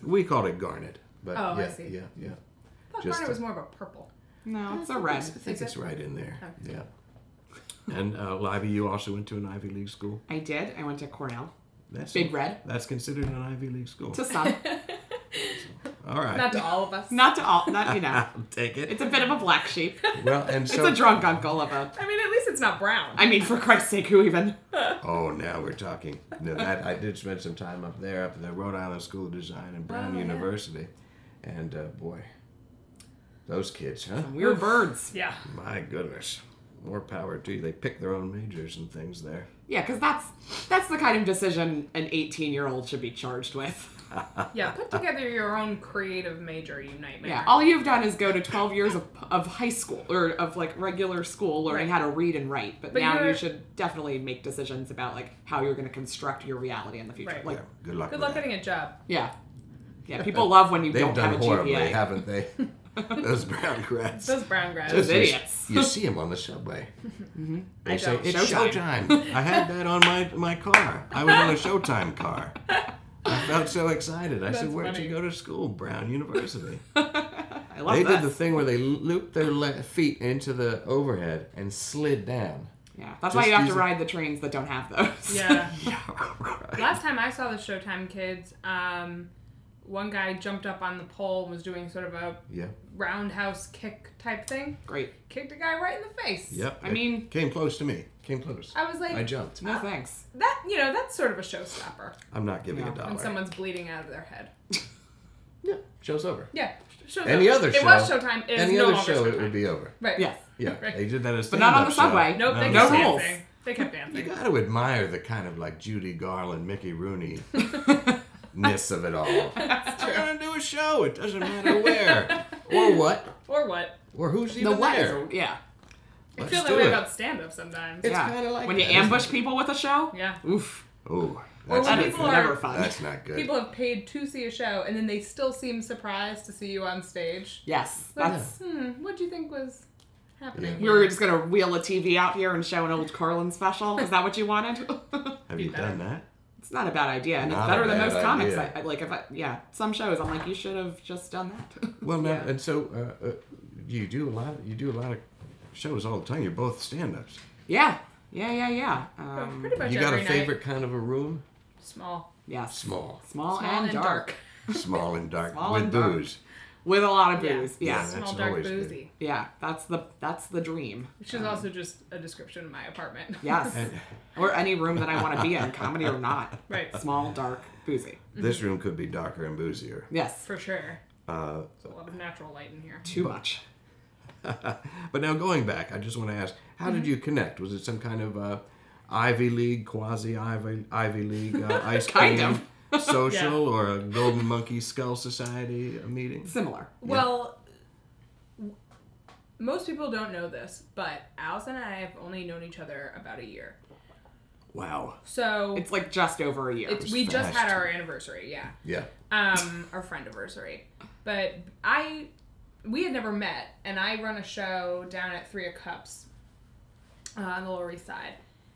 [SPEAKER 1] We called it garnet, but
[SPEAKER 3] Oh, I
[SPEAKER 1] yeah,
[SPEAKER 3] see.
[SPEAKER 1] yeah, yeah.
[SPEAKER 3] I thought
[SPEAKER 1] Just
[SPEAKER 3] Garnet
[SPEAKER 1] a-
[SPEAKER 3] was more of a purple.
[SPEAKER 2] No, it's a red.
[SPEAKER 1] I think
[SPEAKER 3] Is it?
[SPEAKER 1] it's right in there. Yeah. And uh, Libby, you also went to an Ivy League school.
[SPEAKER 2] I did. I went to Cornell.
[SPEAKER 1] That's
[SPEAKER 2] Big red.
[SPEAKER 1] That's considered an Ivy League school.
[SPEAKER 2] To some,
[SPEAKER 1] All right.
[SPEAKER 3] Not to all of us.
[SPEAKER 2] not to all. Not you know.
[SPEAKER 1] I'll take it.
[SPEAKER 2] It's a bit of a black sheep.
[SPEAKER 1] well, and
[SPEAKER 2] It's
[SPEAKER 1] so.
[SPEAKER 2] a drunk uncle of a.
[SPEAKER 3] I mean, at least it's not brown.
[SPEAKER 2] I mean, for Christ's sake, who even?
[SPEAKER 1] oh, now we're talking. No, that I did spend some time up there, up at the Rhode Island School of Design and Brown
[SPEAKER 3] Oh, yeah.
[SPEAKER 1] University, and uh, boy, those kids, huh?
[SPEAKER 2] We're birds.
[SPEAKER 3] yeah.
[SPEAKER 1] My goodness, more power to you. They pick their own majors and things there.
[SPEAKER 2] Yeah, because that's that's the kind of decision an 18 year old should be charged with.
[SPEAKER 3] Yeah. Put together your own creative major, you nightmare.
[SPEAKER 2] Yeah, all you've done is go to 12 years of, of high school or of like regular school learning
[SPEAKER 3] Right.
[SPEAKER 2] how to read and write, but,
[SPEAKER 3] But
[SPEAKER 2] now you
[SPEAKER 3] you're-
[SPEAKER 2] should definitely make decisions about like how you're going to construct your reality in the future.
[SPEAKER 3] Right.
[SPEAKER 2] Like,
[SPEAKER 1] Yeah, good luck.
[SPEAKER 3] Good
[SPEAKER 1] with
[SPEAKER 3] luck
[SPEAKER 1] that.
[SPEAKER 3] getting a job.
[SPEAKER 2] yeah. Yeah, people love when you
[SPEAKER 1] They've
[SPEAKER 2] don't have a
[SPEAKER 1] done horribly,
[SPEAKER 2] GPA.
[SPEAKER 1] haven't they? Those Brown grads.
[SPEAKER 3] Those brown grads.
[SPEAKER 2] Those
[SPEAKER 1] You-
[SPEAKER 2] idiots.
[SPEAKER 1] You see him on the subway. Mm-hmm. They
[SPEAKER 3] I
[SPEAKER 1] say
[SPEAKER 3] don't.
[SPEAKER 1] it's
[SPEAKER 2] Showtime."
[SPEAKER 1] showtime. I had that on my my car. I was on a Showtime car. I felt so excited. I said,
[SPEAKER 3] That's
[SPEAKER 1] "Where'd
[SPEAKER 3] funny.
[SPEAKER 1] you go to school? Brown University."
[SPEAKER 2] I love
[SPEAKER 1] they did
[SPEAKER 2] that.
[SPEAKER 1] the thing where they looped their le- feet into the overhead and slid down.
[SPEAKER 2] yeah, that's why
[SPEAKER 1] Just
[SPEAKER 2] you have to
[SPEAKER 1] using-
[SPEAKER 2] ride the trains that don't have those.
[SPEAKER 3] Yeah.
[SPEAKER 1] Yeah.
[SPEAKER 3] Last time I saw the Showtime kids, um, one guy jumped up on the pole and was doing sort of a
[SPEAKER 1] yeah.
[SPEAKER 3] roundhouse kick type thing.
[SPEAKER 2] Great.
[SPEAKER 3] Kicked a guy right in the face.
[SPEAKER 1] Yep.
[SPEAKER 2] I
[SPEAKER 1] It
[SPEAKER 2] mean-
[SPEAKER 1] came close to me. Came close.
[SPEAKER 3] I was like,
[SPEAKER 1] I jumped.
[SPEAKER 2] No thanks.
[SPEAKER 3] that you know that's sort of a showstopper
[SPEAKER 1] I'm not giving
[SPEAKER 2] Yeah.
[SPEAKER 1] a
[SPEAKER 2] When
[SPEAKER 1] dollar.
[SPEAKER 3] when someone's bleeding out of their head.
[SPEAKER 1] yeah. Show's over.
[SPEAKER 3] Yeah. Show's
[SPEAKER 1] Any
[SPEAKER 3] over.
[SPEAKER 1] other
[SPEAKER 3] It
[SPEAKER 1] show-
[SPEAKER 3] was Showtime. It is
[SPEAKER 1] Any
[SPEAKER 3] no
[SPEAKER 1] other
[SPEAKER 3] longer
[SPEAKER 1] show,
[SPEAKER 3] Showtime.
[SPEAKER 1] it would be over.
[SPEAKER 3] right.
[SPEAKER 2] Yeah.
[SPEAKER 1] Yeah.
[SPEAKER 3] Right.
[SPEAKER 1] They did that as
[SPEAKER 2] But not on the subway.
[SPEAKER 3] Nope.
[SPEAKER 1] No,
[SPEAKER 3] they
[SPEAKER 1] no
[SPEAKER 3] can't
[SPEAKER 2] rules.
[SPEAKER 3] sing. They kept
[SPEAKER 1] You
[SPEAKER 3] dancing.
[SPEAKER 1] got to admire the kind of like Judy Garland, Mickey Rooney ness of it all. We're gonna do a show. It doesn't matter where or what
[SPEAKER 3] Or what?
[SPEAKER 1] or who's
[SPEAKER 2] The
[SPEAKER 1] even
[SPEAKER 2] what?
[SPEAKER 1] there.
[SPEAKER 2] is- Yeah.
[SPEAKER 3] I
[SPEAKER 1] Let's
[SPEAKER 3] feel that
[SPEAKER 1] do
[SPEAKER 3] way
[SPEAKER 1] it.
[SPEAKER 3] about stand up sometimes.
[SPEAKER 1] It's
[SPEAKER 2] yeah.
[SPEAKER 1] kinda like
[SPEAKER 2] when
[SPEAKER 1] that,
[SPEAKER 2] you
[SPEAKER 1] isn't
[SPEAKER 2] ambish
[SPEAKER 1] it?
[SPEAKER 2] people with a show.
[SPEAKER 3] Yeah.
[SPEAKER 2] Oof.
[SPEAKER 1] Oh,
[SPEAKER 3] Or
[SPEAKER 1] that's
[SPEAKER 3] when
[SPEAKER 2] That
[SPEAKER 1] not
[SPEAKER 2] is
[SPEAKER 3] people
[SPEAKER 1] good.
[SPEAKER 3] are-
[SPEAKER 2] never fun.
[SPEAKER 1] That's not good.
[SPEAKER 3] People have paid to see a show and then they still seem surprised to see you on stage.
[SPEAKER 2] yes.
[SPEAKER 3] Like,
[SPEAKER 2] That's.
[SPEAKER 3] hmm, what do you think was happening?
[SPEAKER 2] We were just gonna wheel a TV out here and show an old Carlin special. Is that what you wanted?
[SPEAKER 1] have you
[SPEAKER 3] Be
[SPEAKER 1] done
[SPEAKER 3] better.
[SPEAKER 1] that?
[SPEAKER 2] it's not a bad idea, and
[SPEAKER 1] Not
[SPEAKER 2] it's
[SPEAKER 1] a
[SPEAKER 2] better than
[SPEAKER 1] bad
[SPEAKER 2] most comics.
[SPEAKER 1] idea.
[SPEAKER 2] I, I- like if I, yeah, some shows I'm like you should have just done that.
[SPEAKER 1] Well, now and so uh, uh, you do a lot. You do a lot of shows all the time. You're both stand-ups.
[SPEAKER 2] yeah, yeah, yeah, yeah.
[SPEAKER 3] So
[SPEAKER 2] Um,
[SPEAKER 3] pretty much
[SPEAKER 1] you got a
[SPEAKER 3] every
[SPEAKER 1] favorite kind of a room?
[SPEAKER 3] night. Small.
[SPEAKER 2] yes,
[SPEAKER 1] Small,
[SPEAKER 2] small,
[SPEAKER 3] Small
[SPEAKER 2] and,
[SPEAKER 3] and
[SPEAKER 2] dark.
[SPEAKER 3] dark.
[SPEAKER 1] small and dark
[SPEAKER 2] Small
[SPEAKER 1] with
[SPEAKER 2] and dark.
[SPEAKER 1] booze.
[SPEAKER 2] with a lot of
[SPEAKER 3] Yeah.
[SPEAKER 2] booze. Yeah, yeah,
[SPEAKER 1] Yeah.
[SPEAKER 3] Small,
[SPEAKER 1] that's
[SPEAKER 3] dark,
[SPEAKER 1] always good. Um,
[SPEAKER 3] boozy.
[SPEAKER 2] that's the that's the dream.
[SPEAKER 3] Which is also just a description of my apartment.
[SPEAKER 2] Yes, or any room that I want to be in, comedy or not.
[SPEAKER 3] Right.
[SPEAKER 2] Small, dark, boozy.
[SPEAKER 1] This room could be darker and boozier.
[SPEAKER 2] Yes,
[SPEAKER 3] For sure.
[SPEAKER 1] Uh,
[SPEAKER 3] There's a lot of natural light in here.
[SPEAKER 2] too much.
[SPEAKER 1] But now going back, I just want to ask: How did you connect? Was it some kind of uh, Ivy League, quasi Ivy Ivy League, uh, ice
[SPEAKER 2] Kind
[SPEAKER 1] cream social,
[SPEAKER 3] Yeah.
[SPEAKER 1] or a Golden Monkey Skull Society uh, meeting?
[SPEAKER 2] Similar.
[SPEAKER 3] Well, w- most people don't know this, but Alice and I have only known each other about a year.
[SPEAKER 1] Wow.
[SPEAKER 3] So
[SPEAKER 2] It's like just over a year.
[SPEAKER 3] it's, we just
[SPEAKER 1] fast.
[SPEAKER 3] had our anniversary, yeah.
[SPEAKER 1] Yeah.
[SPEAKER 3] um, our friend anniversary. But I, we had never met, and I run a show down at Three of Cups uh, on the Lower East Side.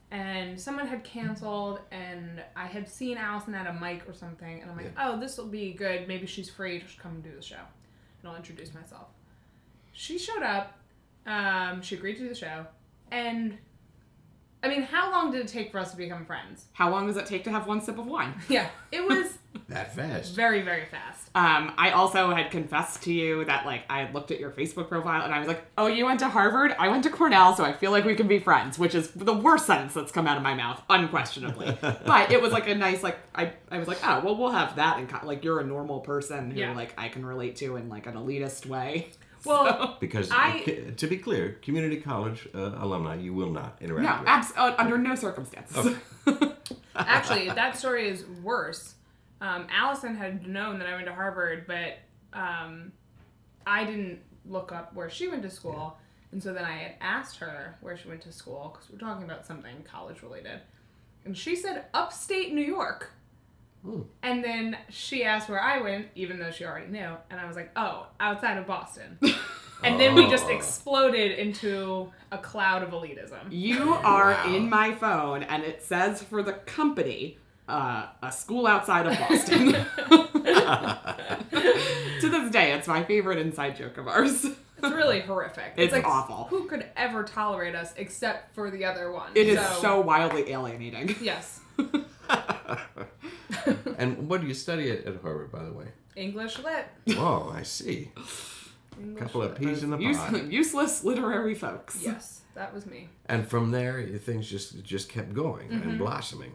[SPEAKER 3] And someone had canceled, and I had seen Allison at a mic or something, and I'm like, oh, this will be good. Maybe she's free. Just come and do the show, and I'll introduce myself. She showed up. Um, she agreed to do the show, and I mean, how long did it take for us to become friends?
[SPEAKER 2] How long does it take to have one sip of wine?
[SPEAKER 3] Yeah, it was
[SPEAKER 1] That fast.
[SPEAKER 3] very, very fast.
[SPEAKER 2] Um, I also had confessed to you that like I had looked at your Facebook profile and I was like, "Oh, you went to Harvard? I went to Cornell, so I feel like we can be friends," which is the worst sentence that's come out of my mouth, unquestionably. but it was like a nice like I I was like, "Oh, well, we'll have that in co- like you're a normal person who
[SPEAKER 3] Yeah.
[SPEAKER 2] like I can relate to in like an elitist way."
[SPEAKER 3] Well,
[SPEAKER 1] Because
[SPEAKER 3] I-
[SPEAKER 1] to be clear, community college uh, alumni, you will not interact
[SPEAKER 2] No,
[SPEAKER 1] with.
[SPEAKER 2] abs- uh, under no circumstances.
[SPEAKER 3] actually, that story is worse. Um, Allison had known that I went to Harvard, but um, I didn't look up where she went to school. And so then I had asked her where she went to school because we're talking about something college related. And she said upstate New York. And then she asked where I went, even though she already knew. And I was like, oh, outside of Boston. and then we just
[SPEAKER 1] Oh.
[SPEAKER 3] exploded into a cloud of elitism.
[SPEAKER 2] You are
[SPEAKER 1] Wow.
[SPEAKER 2] in my phone, and it says for the company, uh, a school outside of Boston. to this day, it's my favorite inside joke of ours.
[SPEAKER 3] It's really horrific.
[SPEAKER 2] It's
[SPEAKER 3] like,
[SPEAKER 2] awful.
[SPEAKER 3] Who could ever tolerate us except for the other one?
[SPEAKER 2] It is so, wildly alienating.
[SPEAKER 3] Yes.
[SPEAKER 1] and what do you study at, at Harvard, by the way?
[SPEAKER 3] English lit.
[SPEAKER 1] Oh, I see. A
[SPEAKER 3] English
[SPEAKER 1] couple of
[SPEAKER 3] lit.
[SPEAKER 1] peas in the
[SPEAKER 2] Use-
[SPEAKER 1] pod.
[SPEAKER 2] useless literary folks.
[SPEAKER 3] Yes, that was me.
[SPEAKER 1] And from there, things just just kept going and blossoming,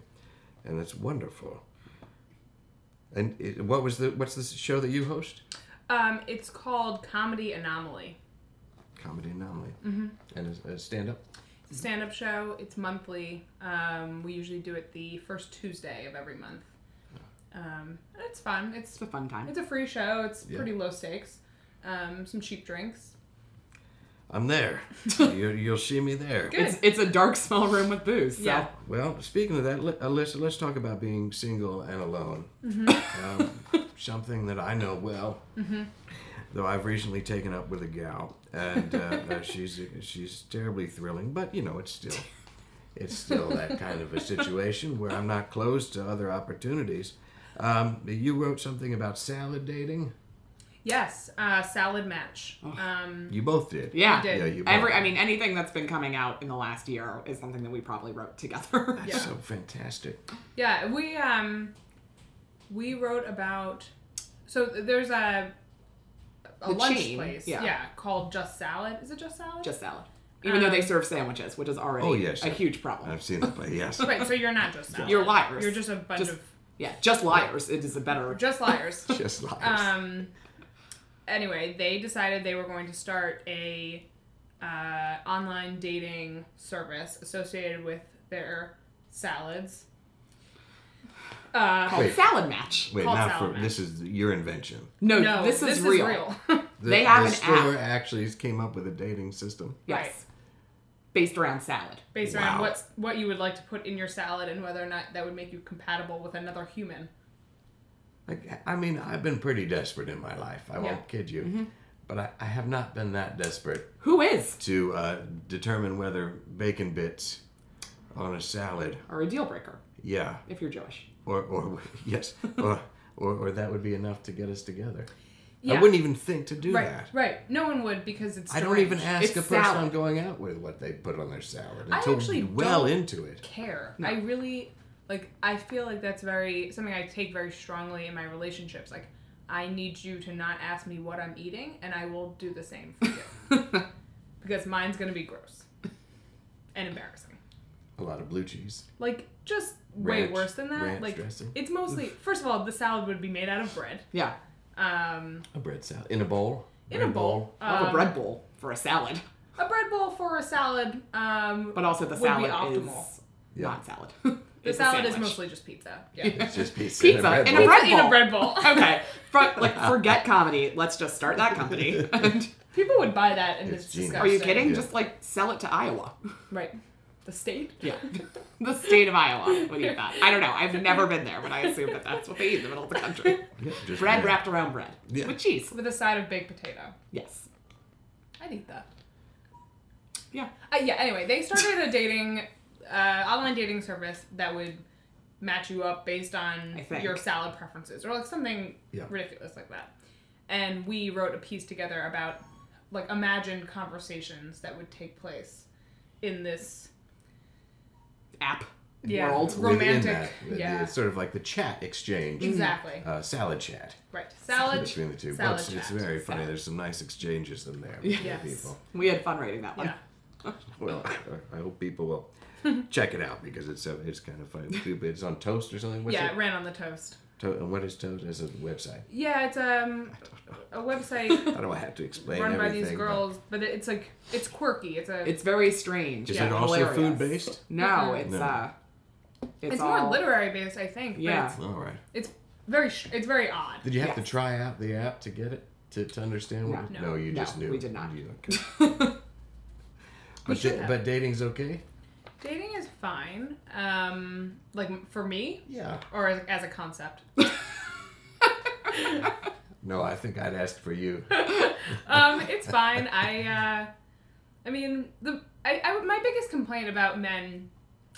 [SPEAKER 1] and it's wonderful. And it, what was the what's the show that you host?
[SPEAKER 3] Um, it's called Comedy Anomaly.
[SPEAKER 1] Comedy Anomaly, mm-hmm. and a, stand up.
[SPEAKER 3] It's a stand up show. It's monthly. Um, we usually do it the first Tuesday of every month. Um, and it's fun. It's
[SPEAKER 2] It's a fun time.
[SPEAKER 3] it's a free show. It's
[SPEAKER 1] Yeah.
[SPEAKER 3] pretty low stakes. Um, some cheap drinks.
[SPEAKER 1] I'm there. you, you'll see me there.
[SPEAKER 3] Good.
[SPEAKER 2] It's, it's a dark, small room with booze. So.
[SPEAKER 3] Yeah.
[SPEAKER 1] Well, speaking of that, let, Alyssa, let's talk about being single and alone. Um, something that I know well, though I've recently taken up with a gal, and uh, uh, she's she's terribly thrilling. But you know, it's still it's still that kind of a situation where I'm not closed to other opportunities. Um, you wrote something about salad dating.
[SPEAKER 3] Yes. Uh, salad match. Um,
[SPEAKER 1] You both did.
[SPEAKER 2] Yeah.
[SPEAKER 3] We did.
[SPEAKER 1] Yeah, you both.
[SPEAKER 2] Every, I mean, anything that's been coming out in the last year is something that we probably wrote together.
[SPEAKER 3] Yeah.
[SPEAKER 1] So fantastic.
[SPEAKER 3] Yeah, we um we wrote about so there's a a
[SPEAKER 2] The
[SPEAKER 3] lunch
[SPEAKER 2] chain,
[SPEAKER 3] place,
[SPEAKER 2] yeah.
[SPEAKER 3] called Just Salad. Is it Just Salad?
[SPEAKER 2] Just salad. Even though they serve sandwiches, which is already
[SPEAKER 1] Oh, yes.
[SPEAKER 2] a huge problem.
[SPEAKER 1] I've seen that, but yes.
[SPEAKER 3] Right, so you're not just salad.
[SPEAKER 2] You're liars.
[SPEAKER 3] You're just a bunch
[SPEAKER 2] Just-
[SPEAKER 3] of
[SPEAKER 2] Yeah, just liars. It is a better.
[SPEAKER 3] just liars.
[SPEAKER 1] Just lies.
[SPEAKER 3] um anyway, they decided they were going to start a uh, online dating service associated with their salads. Uh,
[SPEAKER 2] Called
[SPEAKER 1] Wait.
[SPEAKER 2] salad match.
[SPEAKER 1] Wait,
[SPEAKER 3] Called
[SPEAKER 1] not for
[SPEAKER 3] salad, man.
[SPEAKER 1] this is your invention.
[SPEAKER 2] No,
[SPEAKER 3] no,
[SPEAKER 2] Oh, this, is, real.
[SPEAKER 1] The,
[SPEAKER 2] They have
[SPEAKER 1] the
[SPEAKER 2] an
[SPEAKER 1] store
[SPEAKER 2] app.
[SPEAKER 1] actually came up with a dating system.
[SPEAKER 2] Yes.
[SPEAKER 3] Right.
[SPEAKER 2] Based around salad.
[SPEAKER 3] Based around
[SPEAKER 1] Wow.
[SPEAKER 3] what's what you would like to put in your salad and whether or not that would make you compatible with another human.
[SPEAKER 1] Like, I mean, I've been pretty desperate in my life. I
[SPEAKER 3] Yeah. Mm-hmm.
[SPEAKER 1] won't kid you, but I, I have not been that desperate
[SPEAKER 2] Who is?
[SPEAKER 1] to uh, determine whether bacon bits on a salad,
[SPEAKER 2] Or a deal breaker,
[SPEAKER 1] yeah,
[SPEAKER 2] if you're Jewish.
[SPEAKER 1] or or yes, or, or or that would be enough to get us together.
[SPEAKER 3] Yeah.
[SPEAKER 1] I wouldn't even think to do
[SPEAKER 3] Right,
[SPEAKER 1] that.
[SPEAKER 3] right. No one would because it's.
[SPEAKER 1] I don't even
[SPEAKER 3] deranged.
[SPEAKER 1] ask
[SPEAKER 2] It's
[SPEAKER 1] a person
[SPEAKER 2] salad.
[SPEAKER 1] I'm going out with what they put on their salad
[SPEAKER 3] I
[SPEAKER 1] until
[SPEAKER 3] actually
[SPEAKER 1] well
[SPEAKER 3] don't-
[SPEAKER 1] into it.
[SPEAKER 3] care. I really like I feel like that's very something I take very strongly in my relationships. Like I need you to not ask me what I'm eating and I will do the same for you. because mine's going to be gross and embarrassing.
[SPEAKER 1] A lot of blue cheese.
[SPEAKER 3] Like just way
[SPEAKER 1] Ranch-
[SPEAKER 3] worse than that.
[SPEAKER 1] ranch
[SPEAKER 3] like
[SPEAKER 1] dressing.
[SPEAKER 3] it's mostly first of all the salad would be made out of bread.
[SPEAKER 2] Yeah.
[SPEAKER 3] Um
[SPEAKER 1] A bread salad in a bowl.
[SPEAKER 3] in a
[SPEAKER 1] Bread
[SPEAKER 3] bowl.
[SPEAKER 2] I love a
[SPEAKER 3] Um,
[SPEAKER 2] bread bowl for a salad.
[SPEAKER 3] a bread bowl for a salad um
[SPEAKER 2] But also the
[SPEAKER 3] would be
[SPEAKER 2] salad
[SPEAKER 3] optimal.
[SPEAKER 2] is
[SPEAKER 1] Yeah.
[SPEAKER 2] not salad.
[SPEAKER 3] the salad is mostly just pizza. Yeah.
[SPEAKER 1] It's just pizza.
[SPEAKER 2] Pizza
[SPEAKER 1] and a bread
[SPEAKER 2] and
[SPEAKER 1] bowl.
[SPEAKER 2] a bread
[SPEAKER 3] in a
[SPEAKER 2] bowl.
[SPEAKER 3] bread bowl.
[SPEAKER 2] okay. For, like forget comedy. Let's just start that company. And
[SPEAKER 3] People would buy that and
[SPEAKER 1] It's
[SPEAKER 3] it's,
[SPEAKER 1] genius.
[SPEAKER 3] disgusting.
[SPEAKER 2] are you kidding?
[SPEAKER 1] Yeah.
[SPEAKER 2] Just like sell it to Iowa.
[SPEAKER 3] Right. The state?
[SPEAKER 2] Yeah. the state of Iowa would eat that. I don't know. I've never been there, but I assume that that's what they eat in the middle of the country.
[SPEAKER 1] Yeah, just
[SPEAKER 2] Bread wrapped around bread
[SPEAKER 1] Yeah.
[SPEAKER 2] with cheese.
[SPEAKER 3] With a side of baked potato.
[SPEAKER 2] Yes.
[SPEAKER 3] I'd eat that.
[SPEAKER 2] Yeah.
[SPEAKER 3] Uh, yeah, anyway, they started a dating, uh, online dating service that would match you up based
[SPEAKER 2] I
[SPEAKER 3] on
[SPEAKER 2] think.
[SPEAKER 3] your salad preferences or like something
[SPEAKER 1] Yeah.
[SPEAKER 3] ridiculous like that. And we wrote a piece together about like imagined conversations that would take place in this
[SPEAKER 2] App.
[SPEAKER 3] yeah,
[SPEAKER 2] World.
[SPEAKER 1] Within
[SPEAKER 3] romantic.
[SPEAKER 1] that, the- the-
[SPEAKER 3] yeah.
[SPEAKER 1] it's sort of like the chat exchange.
[SPEAKER 2] Mm.
[SPEAKER 3] Exactly.
[SPEAKER 1] Uh, salad chat
[SPEAKER 3] Right. Salad.
[SPEAKER 1] between the two.
[SPEAKER 3] salad
[SPEAKER 1] but it's, it's
[SPEAKER 3] chat.
[SPEAKER 1] very funny.
[SPEAKER 3] Salad.
[SPEAKER 1] There's some nice exchanges in there between
[SPEAKER 3] Yes.
[SPEAKER 1] people.
[SPEAKER 2] We had fun writing that one.
[SPEAKER 3] Yeah.
[SPEAKER 1] Well, I- I hope people will check it out because it's uh, it's kind of funny. It's on Toast or something. What's
[SPEAKER 3] Yeah,
[SPEAKER 1] it?
[SPEAKER 3] it ran on the toast.
[SPEAKER 1] To- and what is Toast? It's a website.
[SPEAKER 3] Yeah, it's um a website
[SPEAKER 1] I don't have to explain
[SPEAKER 3] run by
[SPEAKER 1] everything.
[SPEAKER 3] these
[SPEAKER 1] but-
[SPEAKER 3] girls, but it- it's like it's quirky. It's a it's,
[SPEAKER 2] It's very strange.
[SPEAKER 1] Is
[SPEAKER 3] Yeah, Mm-hmm.
[SPEAKER 1] it also
[SPEAKER 2] hilarious.
[SPEAKER 1] food based?
[SPEAKER 2] No, it's
[SPEAKER 1] No.
[SPEAKER 2] uh it's,
[SPEAKER 3] more
[SPEAKER 2] all-
[SPEAKER 3] literary based, I think.
[SPEAKER 2] Yeah.
[SPEAKER 3] But
[SPEAKER 1] All right.
[SPEAKER 3] it's, it's very sh- it's very odd.
[SPEAKER 1] Did you have
[SPEAKER 2] Yes.
[SPEAKER 1] to try out the app to get it to, to understand? What
[SPEAKER 3] No.
[SPEAKER 1] it- you
[SPEAKER 2] No,
[SPEAKER 1] just knew.
[SPEAKER 2] we did not.
[SPEAKER 1] You- okay. But
[SPEAKER 3] should
[SPEAKER 1] da-
[SPEAKER 3] have.
[SPEAKER 1] but dating's okay.
[SPEAKER 3] Dating is fine, um, like for me
[SPEAKER 1] Yeah.
[SPEAKER 3] or as, as a concept.
[SPEAKER 1] No, I think I'd ask for you.
[SPEAKER 3] um, it's fine. I, uh, I mean, the I, I would- my biggest complaint about men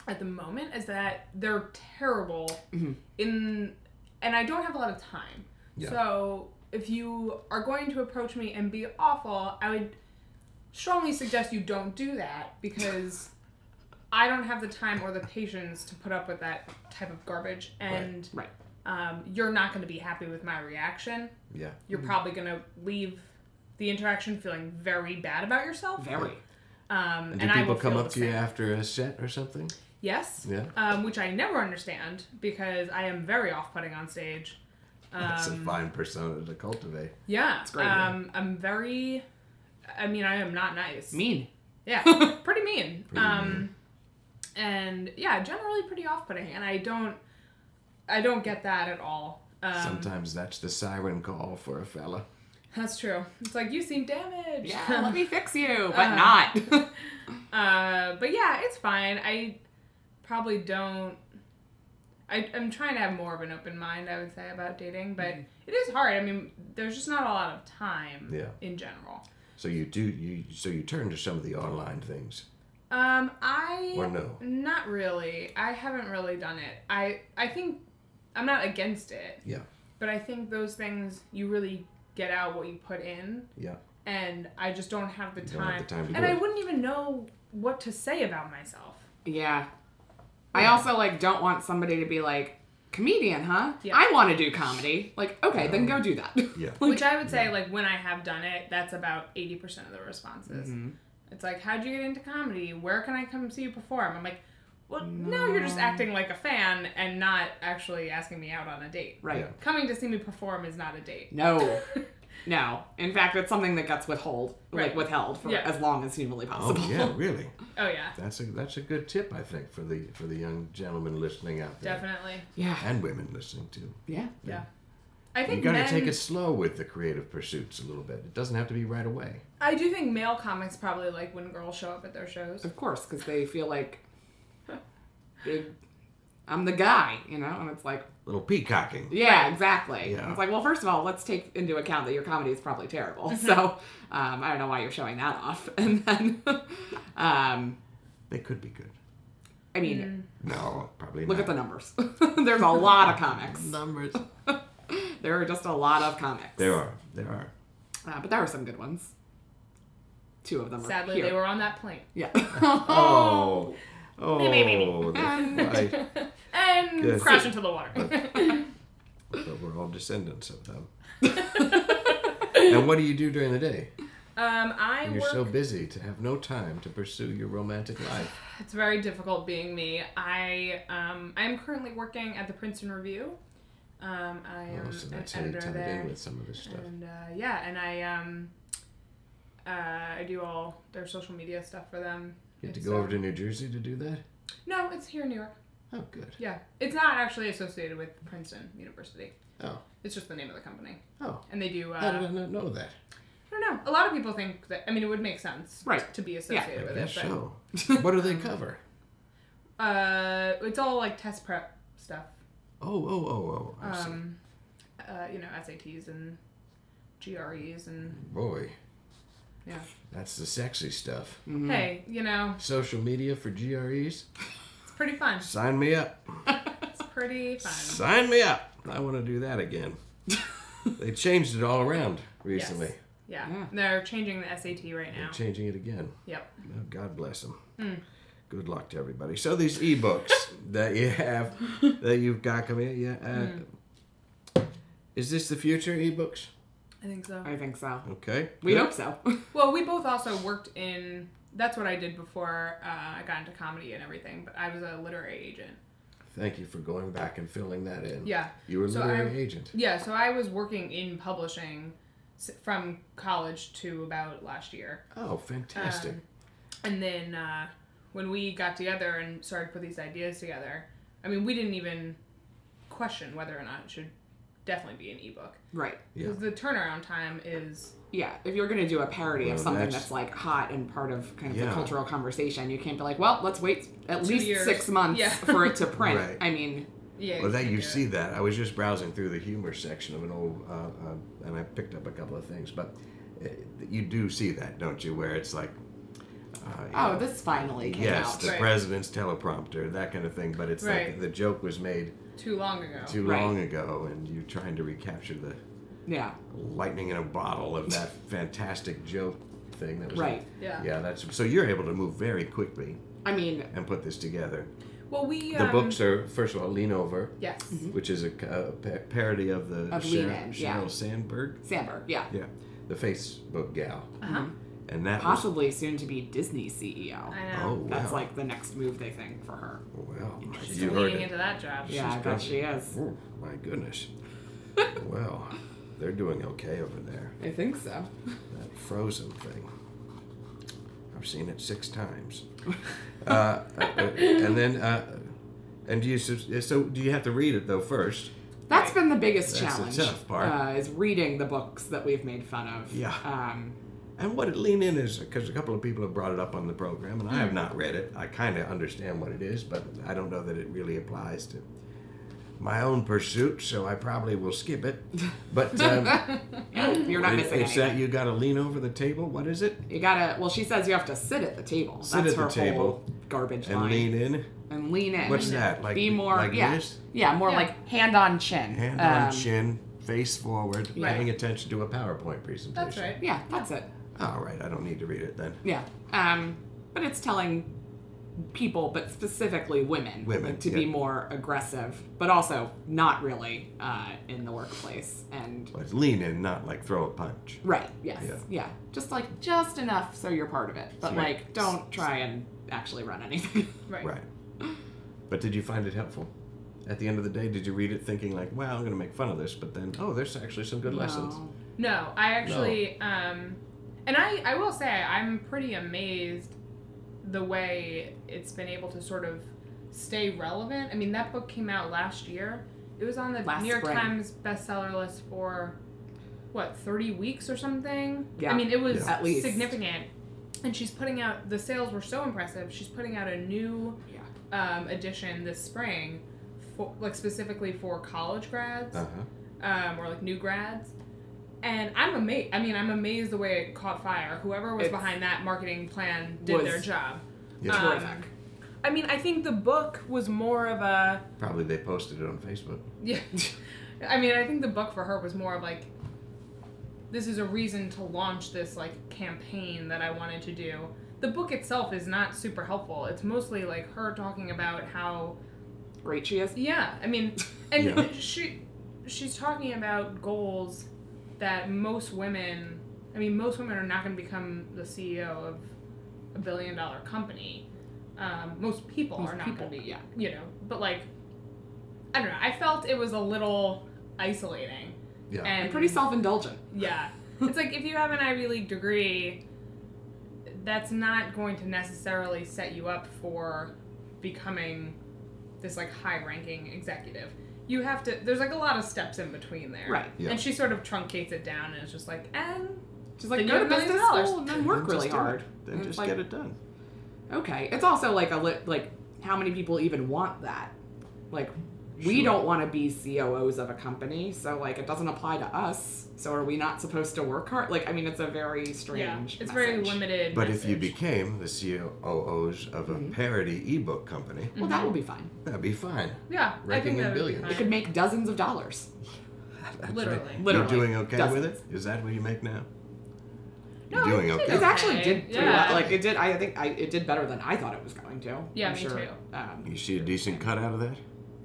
[SPEAKER 3] at the moment is that they're terrible in, and I don't have a lot of time.
[SPEAKER 1] Yeah.
[SPEAKER 3] So if you are going to approach me and be awful, I would strongly suggest you don't do that because I don't have the time or the patience to put up with that type of garbage, and
[SPEAKER 2] Right.
[SPEAKER 3] um, you're not going to be happy with my reaction
[SPEAKER 1] Yeah.
[SPEAKER 3] you're probably going to leave the interaction feeling very bad about yourself.
[SPEAKER 2] Very.
[SPEAKER 3] Um, and
[SPEAKER 1] Do
[SPEAKER 3] I
[SPEAKER 1] people
[SPEAKER 3] will
[SPEAKER 1] come
[SPEAKER 3] feel
[SPEAKER 1] up
[SPEAKER 3] the
[SPEAKER 1] to you
[SPEAKER 3] same.
[SPEAKER 1] after a set or something?
[SPEAKER 3] Yes.
[SPEAKER 1] Yeah.
[SPEAKER 3] Um, which I never understand because I am very off putting on stage.
[SPEAKER 1] That's
[SPEAKER 3] Um,
[SPEAKER 1] a fine persona to cultivate.
[SPEAKER 3] Yeah.
[SPEAKER 2] great, yeah.
[SPEAKER 3] Um, I'm very. I mean, I am not nice.
[SPEAKER 2] Mean.
[SPEAKER 3] Yeah. pretty mean. um, and yeah, generally pretty off putting, and I don't. I don't get that at all. Um,
[SPEAKER 1] Sometimes that's the siren call for a fella.
[SPEAKER 3] that's true. It's like you seem damaged.
[SPEAKER 2] Yeah, let me fix you, but
[SPEAKER 3] Uh,
[SPEAKER 2] not.
[SPEAKER 3] Uh, but yeah, it's fine. I probably don't. I, I'm trying to have more of an open mind, I would say, about dating, but
[SPEAKER 1] Mhm.
[SPEAKER 3] it is hard. I mean, there's just not a lot of time
[SPEAKER 1] Yeah.
[SPEAKER 3] in general.
[SPEAKER 1] So you do you so you turn to some of the online things.
[SPEAKER 3] Um, I
[SPEAKER 1] Or no.
[SPEAKER 3] not really. I haven't really done it. I I think I'm not against it,
[SPEAKER 1] Yeah.
[SPEAKER 3] but I think those things you really get out what you put in,
[SPEAKER 1] Yeah.
[SPEAKER 3] and I just don't have the
[SPEAKER 1] don't
[SPEAKER 3] time.
[SPEAKER 1] have the time to
[SPEAKER 3] and
[SPEAKER 1] do
[SPEAKER 3] I
[SPEAKER 1] it.
[SPEAKER 3] wouldn't even know what to say about myself.
[SPEAKER 2] yeah. I also like don't want somebody to be like comedian, huh?
[SPEAKER 3] Yeah.
[SPEAKER 2] I want to do comedy. Like, okay, then go do that.
[SPEAKER 1] Yeah.
[SPEAKER 3] Which I would say, like, when I have done it, that's about 80% of the responses. It's like, how'd you get into comedy? Where can I come see you perform? I'm like, well, now you're just acting like a fan and not actually asking me out on a date.
[SPEAKER 2] Right.
[SPEAKER 1] Yeah.
[SPEAKER 3] Coming to see me perform is not a date.
[SPEAKER 2] No. No. In fact, it's something that gets withhold, like
[SPEAKER 3] Right.
[SPEAKER 2] withheld for
[SPEAKER 3] Yeah.
[SPEAKER 2] as long as humanly possible.
[SPEAKER 1] Oh yeah, really.
[SPEAKER 3] Oh yeah,
[SPEAKER 1] That's a that's a good tip I think for the for the young gentlemen listening out there
[SPEAKER 3] definitely.
[SPEAKER 2] Yeah.
[SPEAKER 1] and women listening too.
[SPEAKER 2] Yeah.
[SPEAKER 3] Yeah. I
[SPEAKER 1] You
[SPEAKER 3] think
[SPEAKER 1] got to
[SPEAKER 3] men,
[SPEAKER 1] take it slow with the creative pursuits a little bit. It doesn't have to be right away.
[SPEAKER 3] I do think male comics probably like when girls show up at their shows.
[SPEAKER 2] Of course, because they feel like they, I'm the guy, you know? And it's like,
[SPEAKER 1] Little peacocking.
[SPEAKER 2] yeah, exactly.
[SPEAKER 1] Yeah.
[SPEAKER 2] It's like, well, first of all, let's take into account that your comedy is probably terrible.
[SPEAKER 3] Mm-hmm.
[SPEAKER 2] So um, I don't know why you're showing that off. And then, um,
[SPEAKER 1] They could be good.
[SPEAKER 2] I mean,
[SPEAKER 3] Mm.
[SPEAKER 1] No, probably
[SPEAKER 2] look at
[SPEAKER 1] not.
[SPEAKER 2] the numbers. There's a lot of comics.
[SPEAKER 1] numbers.
[SPEAKER 2] There are just a lot of comics.
[SPEAKER 1] There are. There are.
[SPEAKER 2] Uh, but there are some good ones. Two of them are
[SPEAKER 3] Sadly,
[SPEAKER 2] here.
[SPEAKER 3] they were on that plane.
[SPEAKER 2] Yeah.
[SPEAKER 1] Oh. Oh.
[SPEAKER 3] Me, me, me, me. Um.
[SPEAKER 1] the flight.
[SPEAKER 3] and
[SPEAKER 1] Yes.
[SPEAKER 3] crash into the water.
[SPEAKER 1] but we're all descendants of them. and what do you do during the day?
[SPEAKER 3] um, I
[SPEAKER 1] You're
[SPEAKER 3] work.
[SPEAKER 1] so busy to have no time to pursue your romantic life.
[SPEAKER 3] It's very difficult being me. I um, I am currently working at the Princeton Review. Um, I am
[SPEAKER 1] Oh, so
[SPEAKER 3] an
[SPEAKER 1] that's how you
[SPEAKER 3] editor
[SPEAKER 1] tied
[SPEAKER 3] there.
[SPEAKER 1] in with some of this stuff.
[SPEAKER 3] And uh, yeah, and I um, uh, I do all their social media stuff for them.
[SPEAKER 1] You had to
[SPEAKER 3] It's,
[SPEAKER 1] go
[SPEAKER 3] uh,
[SPEAKER 1] over to New Jersey to do that?
[SPEAKER 3] No, it's here in New York.
[SPEAKER 1] Oh, good.
[SPEAKER 3] Yeah, it's not actually associated with Princeton University.
[SPEAKER 1] Oh.
[SPEAKER 3] It's just the name of the company,
[SPEAKER 1] Oh.
[SPEAKER 3] and they do. Uh,
[SPEAKER 1] How did I not know that?
[SPEAKER 3] I don't know. A lot of people think that. I mean, it would make sense,
[SPEAKER 2] Right.
[SPEAKER 3] to be associated
[SPEAKER 1] I
[SPEAKER 3] with
[SPEAKER 1] guess
[SPEAKER 3] it. but-
[SPEAKER 1] so. what do they cover?
[SPEAKER 3] Uh, it's all like test prep stuff.
[SPEAKER 1] Oh, oh, oh, oh. I see.
[SPEAKER 3] Um, uh, you know, SATs and GREs and
[SPEAKER 1] Boy,
[SPEAKER 3] yeah.
[SPEAKER 1] that's the sexy stuff.
[SPEAKER 3] Hey, you know,
[SPEAKER 1] Social media for GREs?
[SPEAKER 3] it's pretty fun.
[SPEAKER 1] Sign me up.
[SPEAKER 3] It's pretty fun.
[SPEAKER 1] Sign me up. I want to do that again. they changed it all around recently.
[SPEAKER 3] Yes. Yeah.
[SPEAKER 2] Yeah.
[SPEAKER 3] They're changing the SAT right now.
[SPEAKER 1] They're changing it again.
[SPEAKER 3] Yep. Mm.
[SPEAKER 1] Oh, God bless them. Good luck to everybody. So these ebooks that you have, that you've got coming, in, yeah. Uh,
[SPEAKER 3] Mm.
[SPEAKER 1] Is this the future ebooks?
[SPEAKER 3] I think so.
[SPEAKER 2] I think so.
[SPEAKER 1] Okay.
[SPEAKER 2] We
[SPEAKER 1] Good.
[SPEAKER 2] hope so.
[SPEAKER 3] Well, we both also worked in. That's what I did before uh, I got into comedy and everything. But I was a literary agent.
[SPEAKER 1] Thank you for going back and filling that in.
[SPEAKER 3] Yeah.
[SPEAKER 1] You were a
[SPEAKER 3] So
[SPEAKER 1] literary
[SPEAKER 3] I'm-
[SPEAKER 1] agent.
[SPEAKER 3] Yeah. So I was working in publishing s- from college to about last year.
[SPEAKER 1] Oh, fantastic.
[SPEAKER 3] Um, and then uh, when we got together and started to put these ideas together, I mean, we didn't even question whether or not it should definitely be an ebook
[SPEAKER 2] right.
[SPEAKER 1] Yeah.
[SPEAKER 3] because the turnaround time is
[SPEAKER 2] Yeah. If you're going to do a parody
[SPEAKER 1] Well,
[SPEAKER 2] of something that's...
[SPEAKER 1] that's-
[SPEAKER 2] like hot and part of kind of
[SPEAKER 1] Yeah.
[SPEAKER 2] the cultural conversation, you can't be like, well, let's wait at
[SPEAKER 3] Two
[SPEAKER 2] least
[SPEAKER 3] years.
[SPEAKER 2] six months
[SPEAKER 3] Yeah.
[SPEAKER 2] for it to print.
[SPEAKER 1] Right.
[SPEAKER 2] I mean,
[SPEAKER 3] yeah.
[SPEAKER 1] Well, that
[SPEAKER 3] can't
[SPEAKER 1] you
[SPEAKER 3] do
[SPEAKER 1] see
[SPEAKER 3] it.
[SPEAKER 1] that. I was just browsing through the humor section of an old, uh, uh, and I picked up a couple of things, but uh, you do see that, don't you? Where it's like, uh, you
[SPEAKER 2] oh,
[SPEAKER 1] know,
[SPEAKER 2] this finally came
[SPEAKER 1] yes,
[SPEAKER 2] out.
[SPEAKER 1] the
[SPEAKER 3] Right.
[SPEAKER 1] president's teleprompter, that kind of thing. But it's like
[SPEAKER 3] Right.
[SPEAKER 1] the joke was made
[SPEAKER 3] too long ago.
[SPEAKER 1] too
[SPEAKER 2] Right.
[SPEAKER 1] long ago, and you're trying to recapture the
[SPEAKER 2] Yeah.
[SPEAKER 1] lightning in a bottle of that fantastic joke thing that was
[SPEAKER 2] Right.
[SPEAKER 3] yeah.
[SPEAKER 1] Yeah, that's so you're able to move very quickly
[SPEAKER 2] I mean,
[SPEAKER 1] and put this together.
[SPEAKER 3] Well, we
[SPEAKER 1] The
[SPEAKER 3] um,
[SPEAKER 1] books are first of all lean over.
[SPEAKER 3] Yes.
[SPEAKER 1] which is a, c- a pa- parody of the
[SPEAKER 2] Of
[SPEAKER 1] Sher-
[SPEAKER 2] Lean In,
[SPEAKER 1] Sheryl
[SPEAKER 2] yeah.
[SPEAKER 1] Sandberg,
[SPEAKER 2] Sandberg. Yeah.
[SPEAKER 1] yeah, the Facebook gal, Mm-hmm.
[SPEAKER 3] Uh-huh.
[SPEAKER 1] and that was
[SPEAKER 2] Possibly soon to be Disney CEO.
[SPEAKER 3] I know.
[SPEAKER 1] oh wow,
[SPEAKER 2] That's like the next move they think for her.
[SPEAKER 1] well,
[SPEAKER 3] She's
[SPEAKER 1] you heard
[SPEAKER 3] leaning
[SPEAKER 1] it.
[SPEAKER 3] into that job.
[SPEAKER 2] yeah, I bet
[SPEAKER 1] got-
[SPEAKER 2] she is.
[SPEAKER 1] Oh, my goodness, well, they're doing okay over there.
[SPEAKER 2] I think so.
[SPEAKER 1] That Frozen thing, I've seen it six times, uh, uh, and then. Uh, and do you sus- so do you have to read it though first?
[SPEAKER 2] That's been the biggest
[SPEAKER 1] That's the
[SPEAKER 2] challenge.
[SPEAKER 1] tough part.
[SPEAKER 2] Uh, is reading the books that we've made fun of.
[SPEAKER 1] Yeah.
[SPEAKER 2] Um,
[SPEAKER 1] And what it lean in is because a couple of people have brought it up on the program, and I have not read it. I kind of understand what it is, but I don't know that it really applies to my own pursuit. So I probably will skip it. But um,
[SPEAKER 2] yeah, you're not
[SPEAKER 1] it-
[SPEAKER 2] missing
[SPEAKER 1] it's
[SPEAKER 2] anything.
[SPEAKER 1] that you got to lean over the table. What is it?
[SPEAKER 2] You gotta. Well, she says you have to sit at the table.
[SPEAKER 1] Sit
[SPEAKER 2] That's
[SPEAKER 1] at the
[SPEAKER 2] her
[SPEAKER 1] table
[SPEAKER 2] whole garbage
[SPEAKER 1] And
[SPEAKER 2] line.
[SPEAKER 1] lean in.
[SPEAKER 2] and lean in.
[SPEAKER 1] What's that? Like
[SPEAKER 2] Be more.
[SPEAKER 1] like
[SPEAKER 2] yeah.
[SPEAKER 1] this?
[SPEAKER 2] Yeah, more
[SPEAKER 3] Yeah.
[SPEAKER 2] like hand on chin.
[SPEAKER 1] Hand
[SPEAKER 2] Um,
[SPEAKER 1] on chin, face forward,
[SPEAKER 2] Right.
[SPEAKER 1] paying attention to a PowerPoint presentation.
[SPEAKER 3] That's right.
[SPEAKER 2] Yeah, that's it.
[SPEAKER 1] All right, I don't need to read it then.
[SPEAKER 2] Yeah. Um, but it's telling people, but specifically women,
[SPEAKER 1] Women,
[SPEAKER 2] to be
[SPEAKER 1] yeah.
[SPEAKER 2] more aggressive, but also not really uh, in the workplace. And
[SPEAKER 1] But it's lean in, not like throw a punch.
[SPEAKER 2] right, yes,
[SPEAKER 1] Yeah.
[SPEAKER 2] yeah, just like just enough so you're part of it, but
[SPEAKER 1] Right.
[SPEAKER 2] like don't try and actually run anything.
[SPEAKER 3] Right.
[SPEAKER 1] Right. But did you find it helpful? At the end of the day, did you read it thinking like, "Wow, I'm going to make fun of this," but then, oh, there's actually some good lessons.
[SPEAKER 2] No.
[SPEAKER 3] No, I actually, um, and I, I will say I'm pretty amazed the way it's been able to sort of stay relevant. I mean, that book came out last year. It was on the
[SPEAKER 2] Last
[SPEAKER 3] New York
[SPEAKER 2] spring.
[SPEAKER 3] Times bestseller list for what 30 weeks or something.
[SPEAKER 2] Yeah.
[SPEAKER 3] I mean, it was
[SPEAKER 2] Yeah. At least.
[SPEAKER 3] significant. And she's putting out the sales were so impressive. She's putting out a new
[SPEAKER 2] Yeah.
[SPEAKER 3] um, edition this spring, for, like specifically for college grads
[SPEAKER 2] Oh.
[SPEAKER 1] Uh-huh.
[SPEAKER 3] um, or like new grads. And I'm amazed. I mean, I'm amazed the way it caught fire. Whoever was
[SPEAKER 2] It's-
[SPEAKER 3] behind that marketing plan did
[SPEAKER 2] Was-
[SPEAKER 3] their job.
[SPEAKER 1] Yeah.
[SPEAKER 3] Um, I mean, I think the book was more of a.
[SPEAKER 1] Probably they posted it on Facebook.
[SPEAKER 3] Yeah. I mean, I think the book for her was more of like, this is a reason to launch this like campaign that I wanted to do. The book itself is not super helpful. It's mostly like her talking about how
[SPEAKER 2] Great she is.
[SPEAKER 3] Yeah, I mean, and
[SPEAKER 1] Yeah.
[SPEAKER 3] she she's talking about goals that most women. I mean, most women are not going to become the CEO of a billion dollar company. Um, most people
[SPEAKER 2] Most
[SPEAKER 3] are not
[SPEAKER 2] people,
[SPEAKER 3] going to be,
[SPEAKER 2] yeah.
[SPEAKER 3] you know. But like, I don't know. I felt it was a little isolating
[SPEAKER 1] Yeah.
[SPEAKER 3] and
[SPEAKER 2] And pretty self indulgent.
[SPEAKER 3] Yeah, it's like if you have an Ivy League degree, that's not going to necessarily set you up for becoming this like high ranking executive. You have to. There's like a lot of steps in between there.
[SPEAKER 2] Right.
[SPEAKER 1] Yeah.
[SPEAKER 3] And she sort of truncates it down and is just like, eh, and
[SPEAKER 2] She's like,
[SPEAKER 3] Then
[SPEAKER 2] go to
[SPEAKER 3] you have a million
[SPEAKER 2] business
[SPEAKER 3] dollars.
[SPEAKER 2] school and then
[SPEAKER 1] Then
[SPEAKER 2] work really
[SPEAKER 1] just do it.
[SPEAKER 2] hard.
[SPEAKER 1] Then
[SPEAKER 2] And
[SPEAKER 1] just
[SPEAKER 2] like,
[SPEAKER 1] get it done.
[SPEAKER 2] Okay. It's also like a lit, like how many people even want that? Like we
[SPEAKER 1] Sure.
[SPEAKER 2] don't want to be COOs of a company, so like it doesn't apply to us. So are we not supposed to work hard? Like I mean, it's a very strange.
[SPEAKER 3] yeah, it's very
[SPEAKER 2] message. Mm-hmm.
[SPEAKER 3] limited.
[SPEAKER 1] But if you
[SPEAKER 3] message.
[SPEAKER 1] became the COOs of a parody ebook company,
[SPEAKER 2] Well,
[SPEAKER 3] Mm-hmm.
[SPEAKER 2] that will be fine.
[SPEAKER 1] that'd be fine.
[SPEAKER 3] yeah, I
[SPEAKER 1] Ranking
[SPEAKER 3] think
[SPEAKER 1] in
[SPEAKER 3] that would be
[SPEAKER 1] billions.
[SPEAKER 3] fine.
[SPEAKER 2] It could make dozens of dollars.
[SPEAKER 1] That's
[SPEAKER 3] Literally.
[SPEAKER 1] Right.
[SPEAKER 2] Literally.
[SPEAKER 1] You're doing okay with it?
[SPEAKER 2] Dozens.
[SPEAKER 1] Is that what you make now?
[SPEAKER 3] No,
[SPEAKER 1] You're doing
[SPEAKER 3] I think
[SPEAKER 1] okay.
[SPEAKER 2] It actually
[SPEAKER 3] Okay,
[SPEAKER 2] did pretty
[SPEAKER 3] yeah.
[SPEAKER 2] well. Like it did. I think I, it did better than I thought it was going to.
[SPEAKER 3] Yeah,
[SPEAKER 2] I'm
[SPEAKER 3] me
[SPEAKER 2] sure.
[SPEAKER 3] too.
[SPEAKER 2] Um,
[SPEAKER 1] You see a decent cut out of that?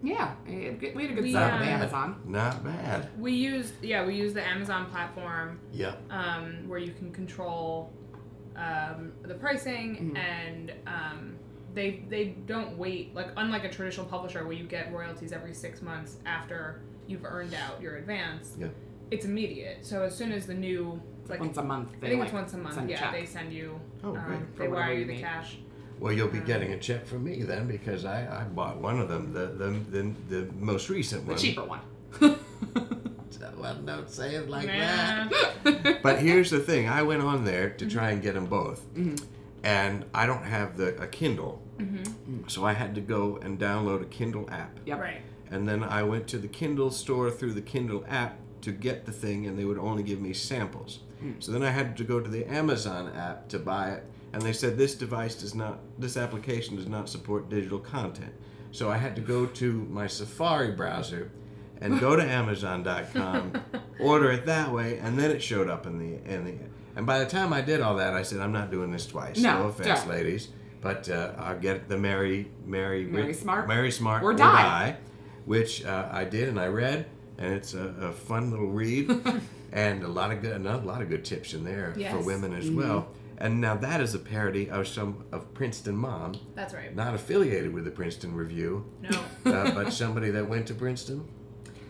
[SPEAKER 2] yeah, it, it- we had a good
[SPEAKER 3] We,
[SPEAKER 2] setup
[SPEAKER 3] uh,
[SPEAKER 2] with Amazon.
[SPEAKER 1] Not bad.
[SPEAKER 3] we used yeah we used the Amazon platform
[SPEAKER 1] Yeah.
[SPEAKER 3] um, where you can control um, the pricing
[SPEAKER 2] Mm-hmm.
[SPEAKER 3] and um, they they don't wait like unlike a traditional publisher where you get royalties every six months after you've earned out your advance
[SPEAKER 1] Yeah.
[SPEAKER 3] it's immediate so as soon as the new like
[SPEAKER 2] once a month.
[SPEAKER 3] I
[SPEAKER 2] They,
[SPEAKER 3] think
[SPEAKER 2] like,
[SPEAKER 3] it's once a month
[SPEAKER 2] send
[SPEAKER 3] yeah
[SPEAKER 2] check.
[SPEAKER 3] they send you
[SPEAKER 1] Oh, great.
[SPEAKER 3] um,
[SPEAKER 2] For
[SPEAKER 3] they
[SPEAKER 2] whatever
[SPEAKER 3] wire you
[SPEAKER 2] you
[SPEAKER 3] the
[SPEAKER 2] need.
[SPEAKER 3] cash
[SPEAKER 1] Well, you'll be getting a check from me then because I, I bought one of them, the the, the, the most recent
[SPEAKER 2] the
[SPEAKER 1] one.
[SPEAKER 2] cheaper one.
[SPEAKER 1] Well, don't say it like
[SPEAKER 3] Nah.
[SPEAKER 1] that. But here's the thing: I went on there to try and get them both, and I don't have the a Kindle, so I had to go and download a Kindle app.
[SPEAKER 2] Yep.
[SPEAKER 3] right
[SPEAKER 1] And then I went to the Kindle store through the Kindle app to get the thing, and they would only give me samples.
[SPEAKER 2] Hmm.
[SPEAKER 1] So then I had to go to the Amazon app to buy it, and they said this device does not, this application does not support digital content. So I had to go to my Safari browser and go to Amazon.com, order it that way, and then it showed up in the in the. And by the time I did all that, I said, "I'm not doing this twice."
[SPEAKER 2] No,
[SPEAKER 1] offense,
[SPEAKER 2] don't.
[SPEAKER 1] ladies, but uh, I'll get the Mary Mary
[SPEAKER 2] Mary
[SPEAKER 1] Wick-
[SPEAKER 2] Smart?
[SPEAKER 1] Mary Smart
[SPEAKER 2] Or die.
[SPEAKER 1] Die, which uh, I did and I read, and it's a, a fun little read, and a lot of good, and a lot of good tips in there for
[SPEAKER 3] Yes.
[SPEAKER 1] women as well. And now that is a parody of some of Princeton Mom,
[SPEAKER 3] that's right
[SPEAKER 1] not affiliated with the Princeton Review,
[SPEAKER 3] no
[SPEAKER 1] uh, but somebody that went to Princeton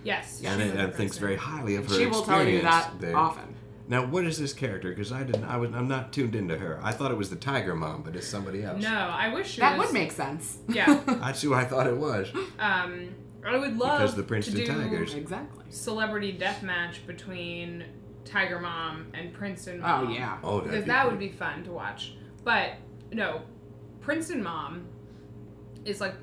[SPEAKER 3] yes
[SPEAKER 1] and,
[SPEAKER 3] she
[SPEAKER 1] and
[SPEAKER 3] was a
[SPEAKER 1] thinks
[SPEAKER 3] person.
[SPEAKER 1] very highly of her.
[SPEAKER 2] She will tell you
[SPEAKER 1] experience
[SPEAKER 2] that
[SPEAKER 1] there.
[SPEAKER 2] often.
[SPEAKER 1] Now, what is this character? Because I didn't, I was, I'm not tuned into her. I thought it was the Tiger Mom, but it's somebody else.
[SPEAKER 3] no I wish she
[SPEAKER 2] That
[SPEAKER 3] was
[SPEAKER 2] would make sense.
[SPEAKER 3] yeah
[SPEAKER 1] That's who I thought it was.
[SPEAKER 3] um I would love
[SPEAKER 1] Because the
[SPEAKER 3] to
[SPEAKER 1] Princeton
[SPEAKER 3] do-
[SPEAKER 1] Tigers
[SPEAKER 2] exactly.
[SPEAKER 3] celebrity death match between Tiger Mom and Princeton Mom.
[SPEAKER 2] Oh yeah.
[SPEAKER 1] Oh, that'd
[SPEAKER 3] Because
[SPEAKER 1] be
[SPEAKER 3] that
[SPEAKER 1] cool.
[SPEAKER 3] would be fun to watch. But no, Princeton Mom is like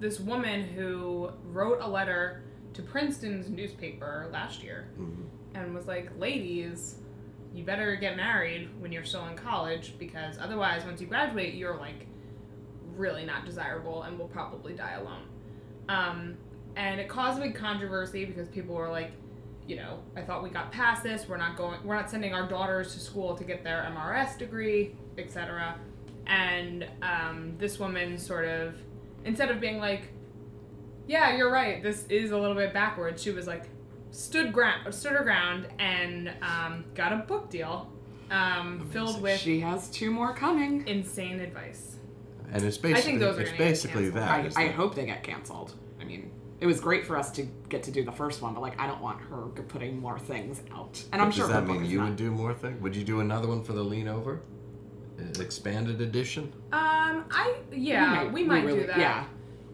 [SPEAKER 3] this woman who wrote a letter to Princeton's newspaper last year
[SPEAKER 1] Mhm.
[SPEAKER 3] and was like, ladies, you better get married when you're still in college because otherwise, once you graduate, you're like really not desirable and will probably die alone. Um, and it caused a big controversy because people were like, you know, I thought we got past this. We're not going. We're not sending our daughters to school to get their MRS degree, etc. And um, this woman sort of, instead of being like, yeah, you're right. This is a little bit backwards. She was like, stood ground, stood her ground, and um, got a book deal um, filled with
[SPEAKER 2] She has two more coming.
[SPEAKER 3] insane advice.
[SPEAKER 1] And it's
[SPEAKER 3] think
[SPEAKER 1] basically,
[SPEAKER 3] those are
[SPEAKER 1] it's
[SPEAKER 3] gonna get
[SPEAKER 1] basically
[SPEAKER 3] canceled.
[SPEAKER 1] that.
[SPEAKER 2] I,
[SPEAKER 1] isn't
[SPEAKER 2] I
[SPEAKER 1] it?
[SPEAKER 2] hope they get canceled. I mean, It was great for us to get to do the first one, but like I don't want her g- putting more things out. And I'm
[SPEAKER 1] Does
[SPEAKER 2] sure her
[SPEAKER 1] that
[SPEAKER 2] book
[SPEAKER 1] mean
[SPEAKER 2] is
[SPEAKER 1] you
[SPEAKER 2] not-
[SPEAKER 1] would do more things? Would you do another one for the lean over? Uh, Expanded edition?
[SPEAKER 3] Um, I yeah, we, might
[SPEAKER 2] really-
[SPEAKER 3] do that.
[SPEAKER 2] Yeah,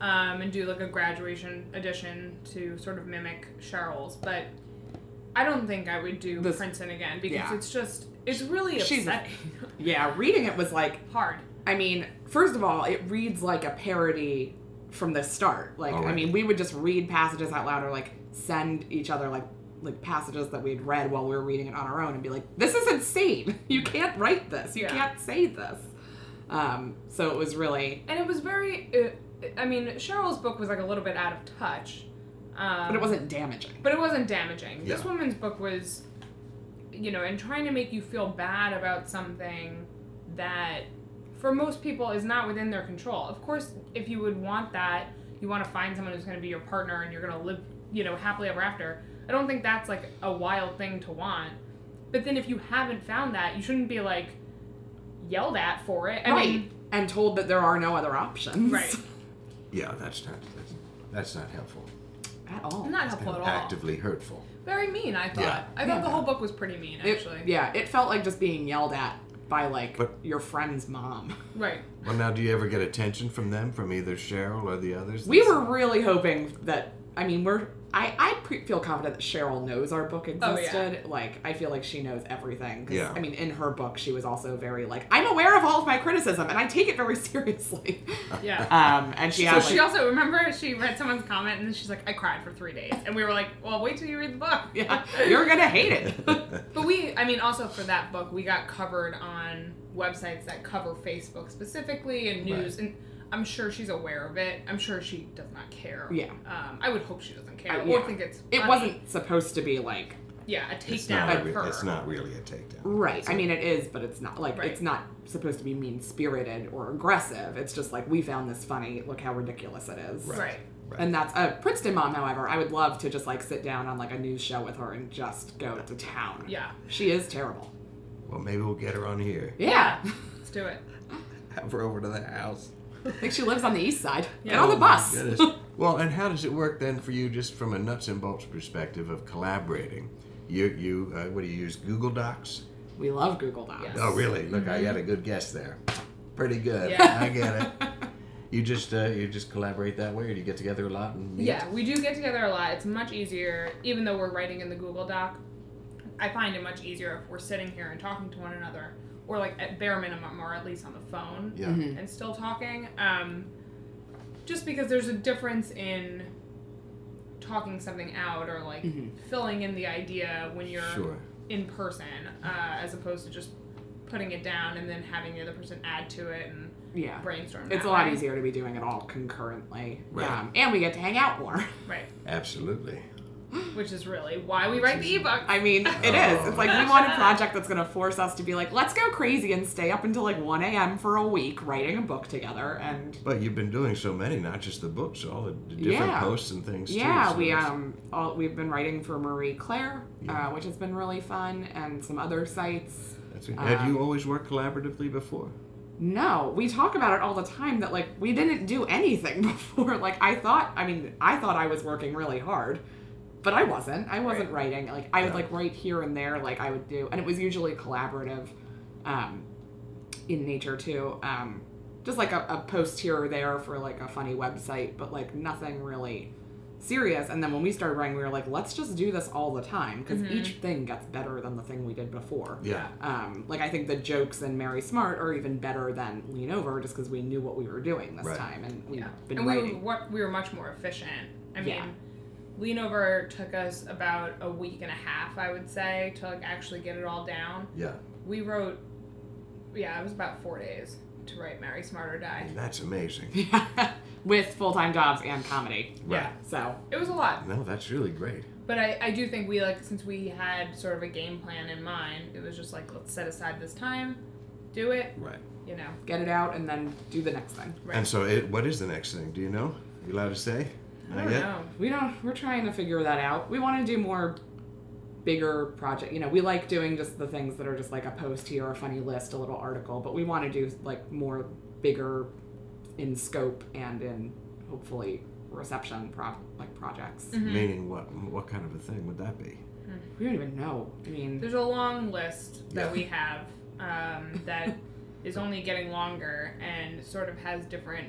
[SPEAKER 3] Um, and do like a graduation edition to sort of mimic Cheryl's, but I don't think I would do
[SPEAKER 2] This-
[SPEAKER 3] Princeton again because
[SPEAKER 2] yeah.
[SPEAKER 3] it's just it's really
[SPEAKER 2] She's a-
[SPEAKER 3] upsetting.
[SPEAKER 2] yeah. Reading it was like
[SPEAKER 3] hard.
[SPEAKER 2] I mean, first of all, it reads like a parody from the start. Like,
[SPEAKER 1] Oh,
[SPEAKER 2] I
[SPEAKER 1] right.
[SPEAKER 2] mean, we would just read passages out loud or like send each other like like passages that we had read while we were reading it on our own and be like, "This is insane. You can't write this. You
[SPEAKER 3] Yeah.
[SPEAKER 2] can't say this." Um, so it was really,
[SPEAKER 3] And it was very. Uh, I mean, Cheryl's book was like a little bit out of touch. Um,
[SPEAKER 2] but it wasn't damaging.
[SPEAKER 3] But it wasn't damaging. This
[SPEAKER 1] Yeah.
[SPEAKER 3] woman's book was, you know, and trying to make you feel bad about something that, for most people, is not within their control. Of course, if you would want that, you want to find someone who's going to be your partner and you're going to live, you know, happily ever after. I don't think that's like a wild thing to want. But then if you haven't found that, you shouldn't be like yelled at for it. I
[SPEAKER 2] right.
[SPEAKER 3] mean,
[SPEAKER 2] and told that there are no other options.
[SPEAKER 3] right.
[SPEAKER 1] Yeah, that's not that's, that's not helpful.
[SPEAKER 2] At all.
[SPEAKER 3] Not helpful at all.
[SPEAKER 1] Actively hurtful.
[SPEAKER 3] Very mean, I thought.
[SPEAKER 1] Yeah.
[SPEAKER 3] I thought the whole book was pretty mean,
[SPEAKER 2] It-
[SPEAKER 3] actually.
[SPEAKER 2] yeah, it felt like just being yelled at by like
[SPEAKER 1] But-
[SPEAKER 2] your friend's mom.
[SPEAKER 3] Right.
[SPEAKER 1] Well, now do you ever get attention from them, from either Cheryl or the others?
[SPEAKER 2] We were really hoping that. I mean, we're. I I pre- feel confident that Cheryl knows our book
[SPEAKER 3] Oh, yeah.
[SPEAKER 2] existed. Like, I feel like she knows everything. 'Cause,
[SPEAKER 1] Yeah.
[SPEAKER 2] I mean, in her book, she was also very like, I'm aware of all of my criticism, and I take it very seriously.
[SPEAKER 3] Yeah.
[SPEAKER 2] Um, and she
[SPEAKER 3] So
[SPEAKER 2] has.
[SPEAKER 3] she
[SPEAKER 2] like-
[SPEAKER 3] also remember she read someone's comment and she's like, I cried for three days, and we were like, Well, wait till you read the book.
[SPEAKER 2] yeah, you're gonna hate it.
[SPEAKER 3] But we, I mean, also for that book, we got covered on websites that cover Facebook specifically and news, and I'm sure she's aware of it. I'm sure she does not care.
[SPEAKER 2] Yeah.
[SPEAKER 3] Um, I would hope she doesn't care.
[SPEAKER 2] Uh,
[SPEAKER 3] or
[SPEAKER 2] yeah.
[SPEAKER 3] think it's
[SPEAKER 2] it
[SPEAKER 3] funny.
[SPEAKER 2] wasn't supposed to be like
[SPEAKER 3] yeah a
[SPEAKER 1] It's
[SPEAKER 3] takedown
[SPEAKER 1] not,
[SPEAKER 3] of
[SPEAKER 1] a re-
[SPEAKER 3] her.
[SPEAKER 1] it's not really a takedown.
[SPEAKER 2] right. I mean, it is, but it's not like
[SPEAKER 3] Right.
[SPEAKER 2] it's not supposed to be mean spirited or aggressive. It's just like we found this funny. Look how ridiculous it is.
[SPEAKER 1] Right.
[SPEAKER 3] right.
[SPEAKER 1] Right.
[SPEAKER 2] And that's uh, a Princeton mom, however, I would love to just like sit down on like a news show with her and just go to town.
[SPEAKER 3] Yeah.
[SPEAKER 2] She is terrible.
[SPEAKER 1] well, maybe we'll get her on here.
[SPEAKER 2] Yeah.
[SPEAKER 3] Let's do it.
[SPEAKER 1] Have her over to the house.
[SPEAKER 2] I think she lives on the east side. Get
[SPEAKER 3] Yeah.
[SPEAKER 2] on the
[SPEAKER 1] Oh my
[SPEAKER 2] bus.
[SPEAKER 1] goodness. well, and how does it work then for you, just from a nuts and bolts perspective of collaborating? You, you, uh, what do you use? Google Docs?
[SPEAKER 2] we love Google Docs.
[SPEAKER 3] Yes.
[SPEAKER 1] Oh, really? Look, I had a good guess there. Pretty good.
[SPEAKER 3] Yeah.
[SPEAKER 1] I get it. You just, uh, you just collaborate that way, or do you get together a lot and meet?
[SPEAKER 3] Yeah, we do get together a lot. It's much easier, even though we're writing in the Google Doc. I find it much easier if we're sitting here and talking to one another, or like at bare minimum, or at least on the phone
[SPEAKER 1] Yeah.
[SPEAKER 2] Mm-hmm.
[SPEAKER 3] and still talking. Um, just because there's a difference in talking something out or like filling in the idea when you're
[SPEAKER 1] Sure.
[SPEAKER 3] in person, uh, as opposed to just putting it down and then having the other person add to it and
[SPEAKER 2] Yeah.
[SPEAKER 3] brainstorm.
[SPEAKER 2] It's
[SPEAKER 3] that
[SPEAKER 2] a lot
[SPEAKER 3] way.
[SPEAKER 2] easier to be doing it all concurrently.
[SPEAKER 1] Right.
[SPEAKER 2] Um, and we get to hang out more.
[SPEAKER 3] right?
[SPEAKER 1] Absolutely.
[SPEAKER 3] Which is really why we write the ebook.
[SPEAKER 2] I mean, it
[SPEAKER 1] Oh.
[SPEAKER 2] is. It's like we want a project that's going to force us to be like, let's go crazy and stay up until like 1 a.m. for a week writing a book together. And
[SPEAKER 1] But you've been doing so many, not just the books, all the d- different
[SPEAKER 2] Yeah.
[SPEAKER 1] posts and things.
[SPEAKER 2] Yeah,
[SPEAKER 1] too, so
[SPEAKER 2] we
[SPEAKER 1] it's-
[SPEAKER 2] um all we've been writing for Marie Claire,
[SPEAKER 1] Yeah.
[SPEAKER 2] uh, which has been really fun, and some other sites.
[SPEAKER 1] That's it. Had
[SPEAKER 2] um,
[SPEAKER 1] you always worked collaboratively before?
[SPEAKER 2] No, we talk about it all the time that like we didn't do anything before. Like I thought, I mean, I thought I was working really hard, but I wasn't. I wasn't writing. Like I would
[SPEAKER 1] Yeah.
[SPEAKER 2] like write here and there, like I would do, and it was usually collaborative, um, in nature too. Um, just like a, a post here or there for like a funny website, but like nothing really serious. And then when we started writing, we were like, let's just do this all the time because each thing gets better than the thing we did before.
[SPEAKER 1] Yeah.
[SPEAKER 2] Um, like I think the jokes in Mary Smart are even better than Lean Over, just because we knew what we were doing this
[SPEAKER 1] Right.
[SPEAKER 2] time, and we've
[SPEAKER 3] Yeah.
[SPEAKER 2] been
[SPEAKER 3] and we were,
[SPEAKER 2] writing.
[SPEAKER 3] what, we were much more efficient. I mean,
[SPEAKER 2] Yeah.
[SPEAKER 3] Lean Over took us about a week and a half, I would say, to like actually get it all down.
[SPEAKER 1] Yeah.
[SPEAKER 3] We wrote, yeah, it was about four days to write Marry Smart or Die.
[SPEAKER 1] And that's amazing.
[SPEAKER 2] with full time jobs and comedy.
[SPEAKER 1] Right.
[SPEAKER 2] So
[SPEAKER 3] It was a lot,
[SPEAKER 1] No, that's really great.
[SPEAKER 3] but I, I do think we like since we had sort of a game plan in mind, it was just like let's set aside this time, do it,
[SPEAKER 1] Right.
[SPEAKER 3] you know.
[SPEAKER 2] get it out, and then do the next thing.
[SPEAKER 3] Right.
[SPEAKER 1] And so, it, what is the next thing? Do you know? You allowed to say?
[SPEAKER 3] I don't know.
[SPEAKER 2] We don't. We're trying to figure that out. We want to do more bigger project. You know, we like doing just the things that are just like a post here, a funny list, a little article, but we want to do like more bigger in scope and in hopefully reception pro- like projects.
[SPEAKER 3] Mm. Mm-hmm.
[SPEAKER 1] Meaning what? What kind of a thing would that be?
[SPEAKER 2] We don't even know. I mean,
[SPEAKER 3] There's a long list that
[SPEAKER 1] Yeah.
[SPEAKER 3] we have um, that is only getting longer and sort of has different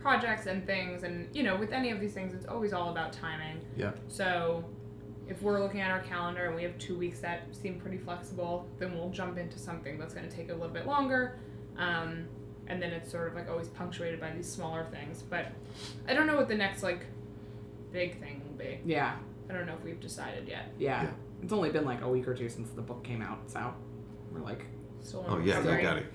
[SPEAKER 3] projects and things. And, you know, with any of these things, it's always all about timing.
[SPEAKER 1] Yeah.
[SPEAKER 3] So if we're looking at our calendar and we have two weeks that seem pretty flexible, then we'll jump into something that's going to take a little bit longer. Um, and then it's sort of like always punctuated by these smaller things. But I don't know what the next, like, big thing will be.
[SPEAKER 2] yeah,
[SPEAKER 3] I don't know if we've decided yet.
[SPEAKER 2] yeah,
[SPEAKER 1] Yeah.
[SPEAKER 2] It's only been like a week or two since the book came out, so we're like
[SPEAKER 3] Still in
[SPEAKER 1] Oh yeah, you
[SPEAKER 3] recovery.
[SPEAKER 1] gotta get,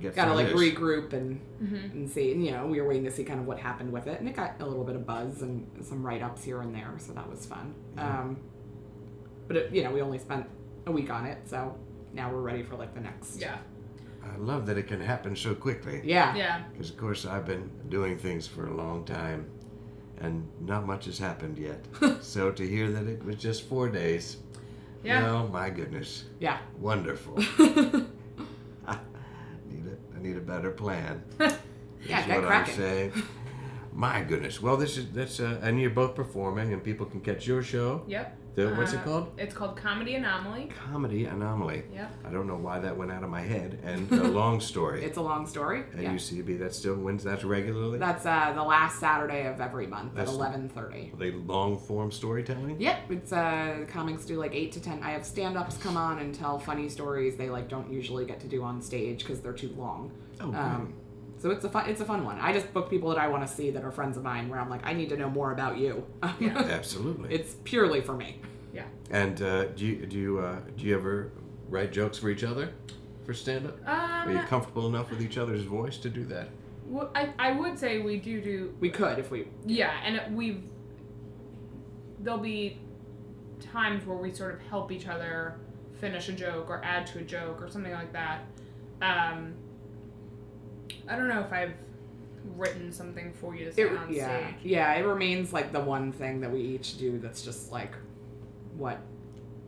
[SPEAKER 1] get
[SPEAKER 2] gotta
[SPEAKER 1] through
[SPEAKER 2] like
[SPEAKER 1] this.
[SPEAKER 2] regroup and
[SPEAKER 3] Mhm.
[SPEAKER 2] and see. And you know, we were waiting to see kind of what happened with it, and it got a little bit of buzz and some write ups here and there, so that was fun. Um, but it, you know, we only spent a week on it, so now we're ready for like the next.
[SPEAKER 3] Yeah.
[SPEAKER 1] I love that it can happen so quickly.
[SPEAKER 2] Yeah.
[SPEAKER 3] Yeah.
[SPEAKER 1] Because of course I've been doing things for a long time, and not much has happened yet. so to hear that it was just four days.
[SPEAKER 3] Yeah.
[SPEAKER 1] Oh my goodness.
[SPEAKER 2] Yeah.
[SPEAKER 1] Wonderful. need a, I need a better plan.
[SPEAKER 2] Yeah,
[SPEAKER 1] is
[SPEAKER 2] get
[SPEAKER 1] what
[SPEAKER 2] cracking.
[SPEAKER 1] I'm saying. My goodness. Well, this is that's uh, and you're both performing, and people can catch your show.
[SPEAKER 3] Yep.
[SPEAKER 1] The, what's
[SPEAKER 3] Uh,
[SPEAKER 1] it called?
[SPEAKER 3] It's called Comedy Anomaly.
[SPEAKER 1] Comedy Anomaly.
[SPEAKER 3] Yep.
[SPEAKER 1] I don't know why that went out of my head. And a long story.
[SPEAKER 2] It's a long story.
[SPEAKER 1] at
[SPEAKER 2] yeah.
[SPEAKER 1] UCB. That still wins. That's regularly.
[SPEAKER 2] That's uh, the last Saturday of every month
[SPEAKER 1] That's-
[SPEAKER 2] at eleven thirty.
[SPEAKER 1] Are they long form storytelling.
[SPEAKER 2] Yep, it's uh, comics do like eight to ten. I have stand ups come on and tell funny stories they like don't usually get to do on stage because they're too long.
[SPEAKER 1] Oh, great.
[SPEAKER 2] Um, so it's a fun, it's a fun one. I just book people that I want to see that are friends of mine, where I'm like, I need to know more about you.
[SPEAKER 3] Yeah.
[SPEAKER 1] Absolutely.
[SPEAKER 2] it's purely for me.
[SPEAKER 3] Yeah.
[SPEAKER 1] and uh, do you do you, uh, do you ever write jokes for each other for stand up? Are you
[SPEAKER 3] Um,
[SPEAKER 1] comfortable enough with each other's voice to do that?
[SPEAKER 3] w- I, I would say we do do.
[SPEAKER 2] We could if we.
[SPEAKER 3] Yeah, and it- we've. There'll be times where we sort of help each other finish a joke or add to a joke or something like that. Um, I don't know if I've written something for you to say
[SPEAKER 2] It,
[SPEAKER 3] on
[SPEAKER 2] yeah,
[SPEAKER 3] stage.
[SPEAKER 2] yeah. It remains like the one thing that we each do that's just like, what,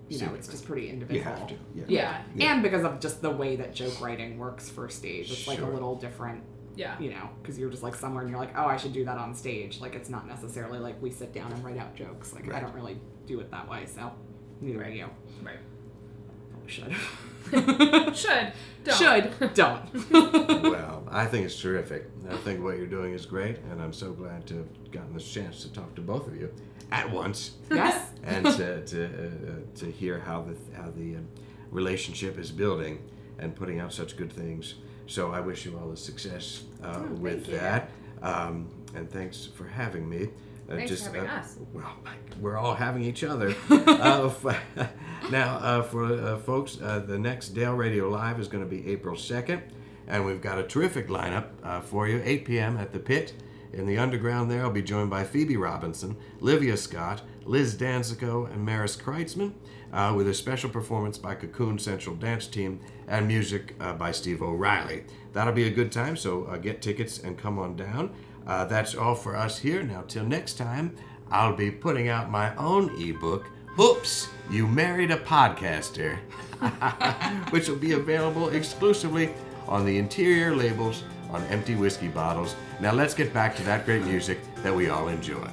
[SPEAKER 2] you know, it's just pretty
[SPEAKER 1] You
[SPEAKER 2] individual.
[SPEAKER 1] have to. Yeah.
[SPEAKER 2] Yeah.
[SPEAKER 1] Yeah.
[SPEAKER 2] and because of just the way that joke writing works for stage, it's like a
[SPEAKER 1] Sure.
[SPEAKER 2] little different.
[SPEAKER 3] Yeah.
[SPEAKER 2] You know, because you're just like somewhere and you're like, oh, I should do that on stage. Like it's not necessarily like we sit down and write out jokes. Like I
[SPEAKER 1] Right.
[SPEAKER 2] don't really do it that way. So neither do you.
[SPEAKER 3] Right.
[SPEAKER 2] Probably should.
[SPEAKER 3] Should. Don't.
[SPEAKER 2] Should. Don't.
[SPEAKER 1] Well, I think it's terrific. I think what you're doing is great, and I'm so glad to have gotten this chance to talk to both of you at once
[SPEAKER 2] yes.
[SPEAKER 1] and to, to, uh, uh, to hear how the, how the uh, relationship is building and putting out such good things. So I wish you all the success uh, with
[SPEAKER 3] Oh, you.
[SPEAKER 1] that. Um, and thanks for having me. Uh,
[SPEAKER 3] Thanks for having us.
[SPEAKER 1] Well, we're all having each other. uh, f- now, uh, for uh, folks, uh, the next Dale Radio Live is going to be April 2nd, and we've got a terrific lineup uh, for you. 8 p.m. at the Pit. In the underground, there, I'll be joined by Phoebe Robinson, Livia Scott, Liz Danzico, and Maris Kreitzman, uh, with a special performance by Cocoon Central Dance Team and music uh, by Steve O'Reilly. That'll be a good time, so uh, get tickets and come on down. Uh, that's all for us here. Now, till next time, I'll be putting out my own ebook, Oops, You Married a Podcaster, which will be available exclusively on the interior labels on empty whiskey bottles. Now, let's get back to that great music that we all enjoy.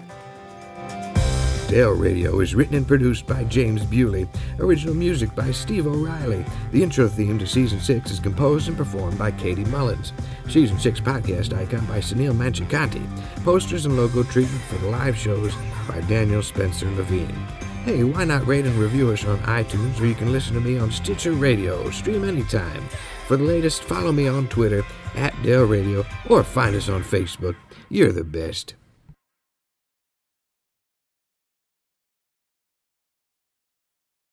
[SPEAKER 1] Dale Radio is written and produced by James Bewley. Original music by Steve O'Reilly. The intro theme to Season 6 is composed and performed by Katie Mullins. Season 6 podcast icon by Sunil Manchikanti. Posters and logo treatment for the live shows by Daniel Spencer Levine. Hey, why not rate and review us on iTunes or you can listen to me on Stitcher Radio. Stream anytime. For the latest, follow me on Twitter at Dale Radio or find us on Facebook. You're the best.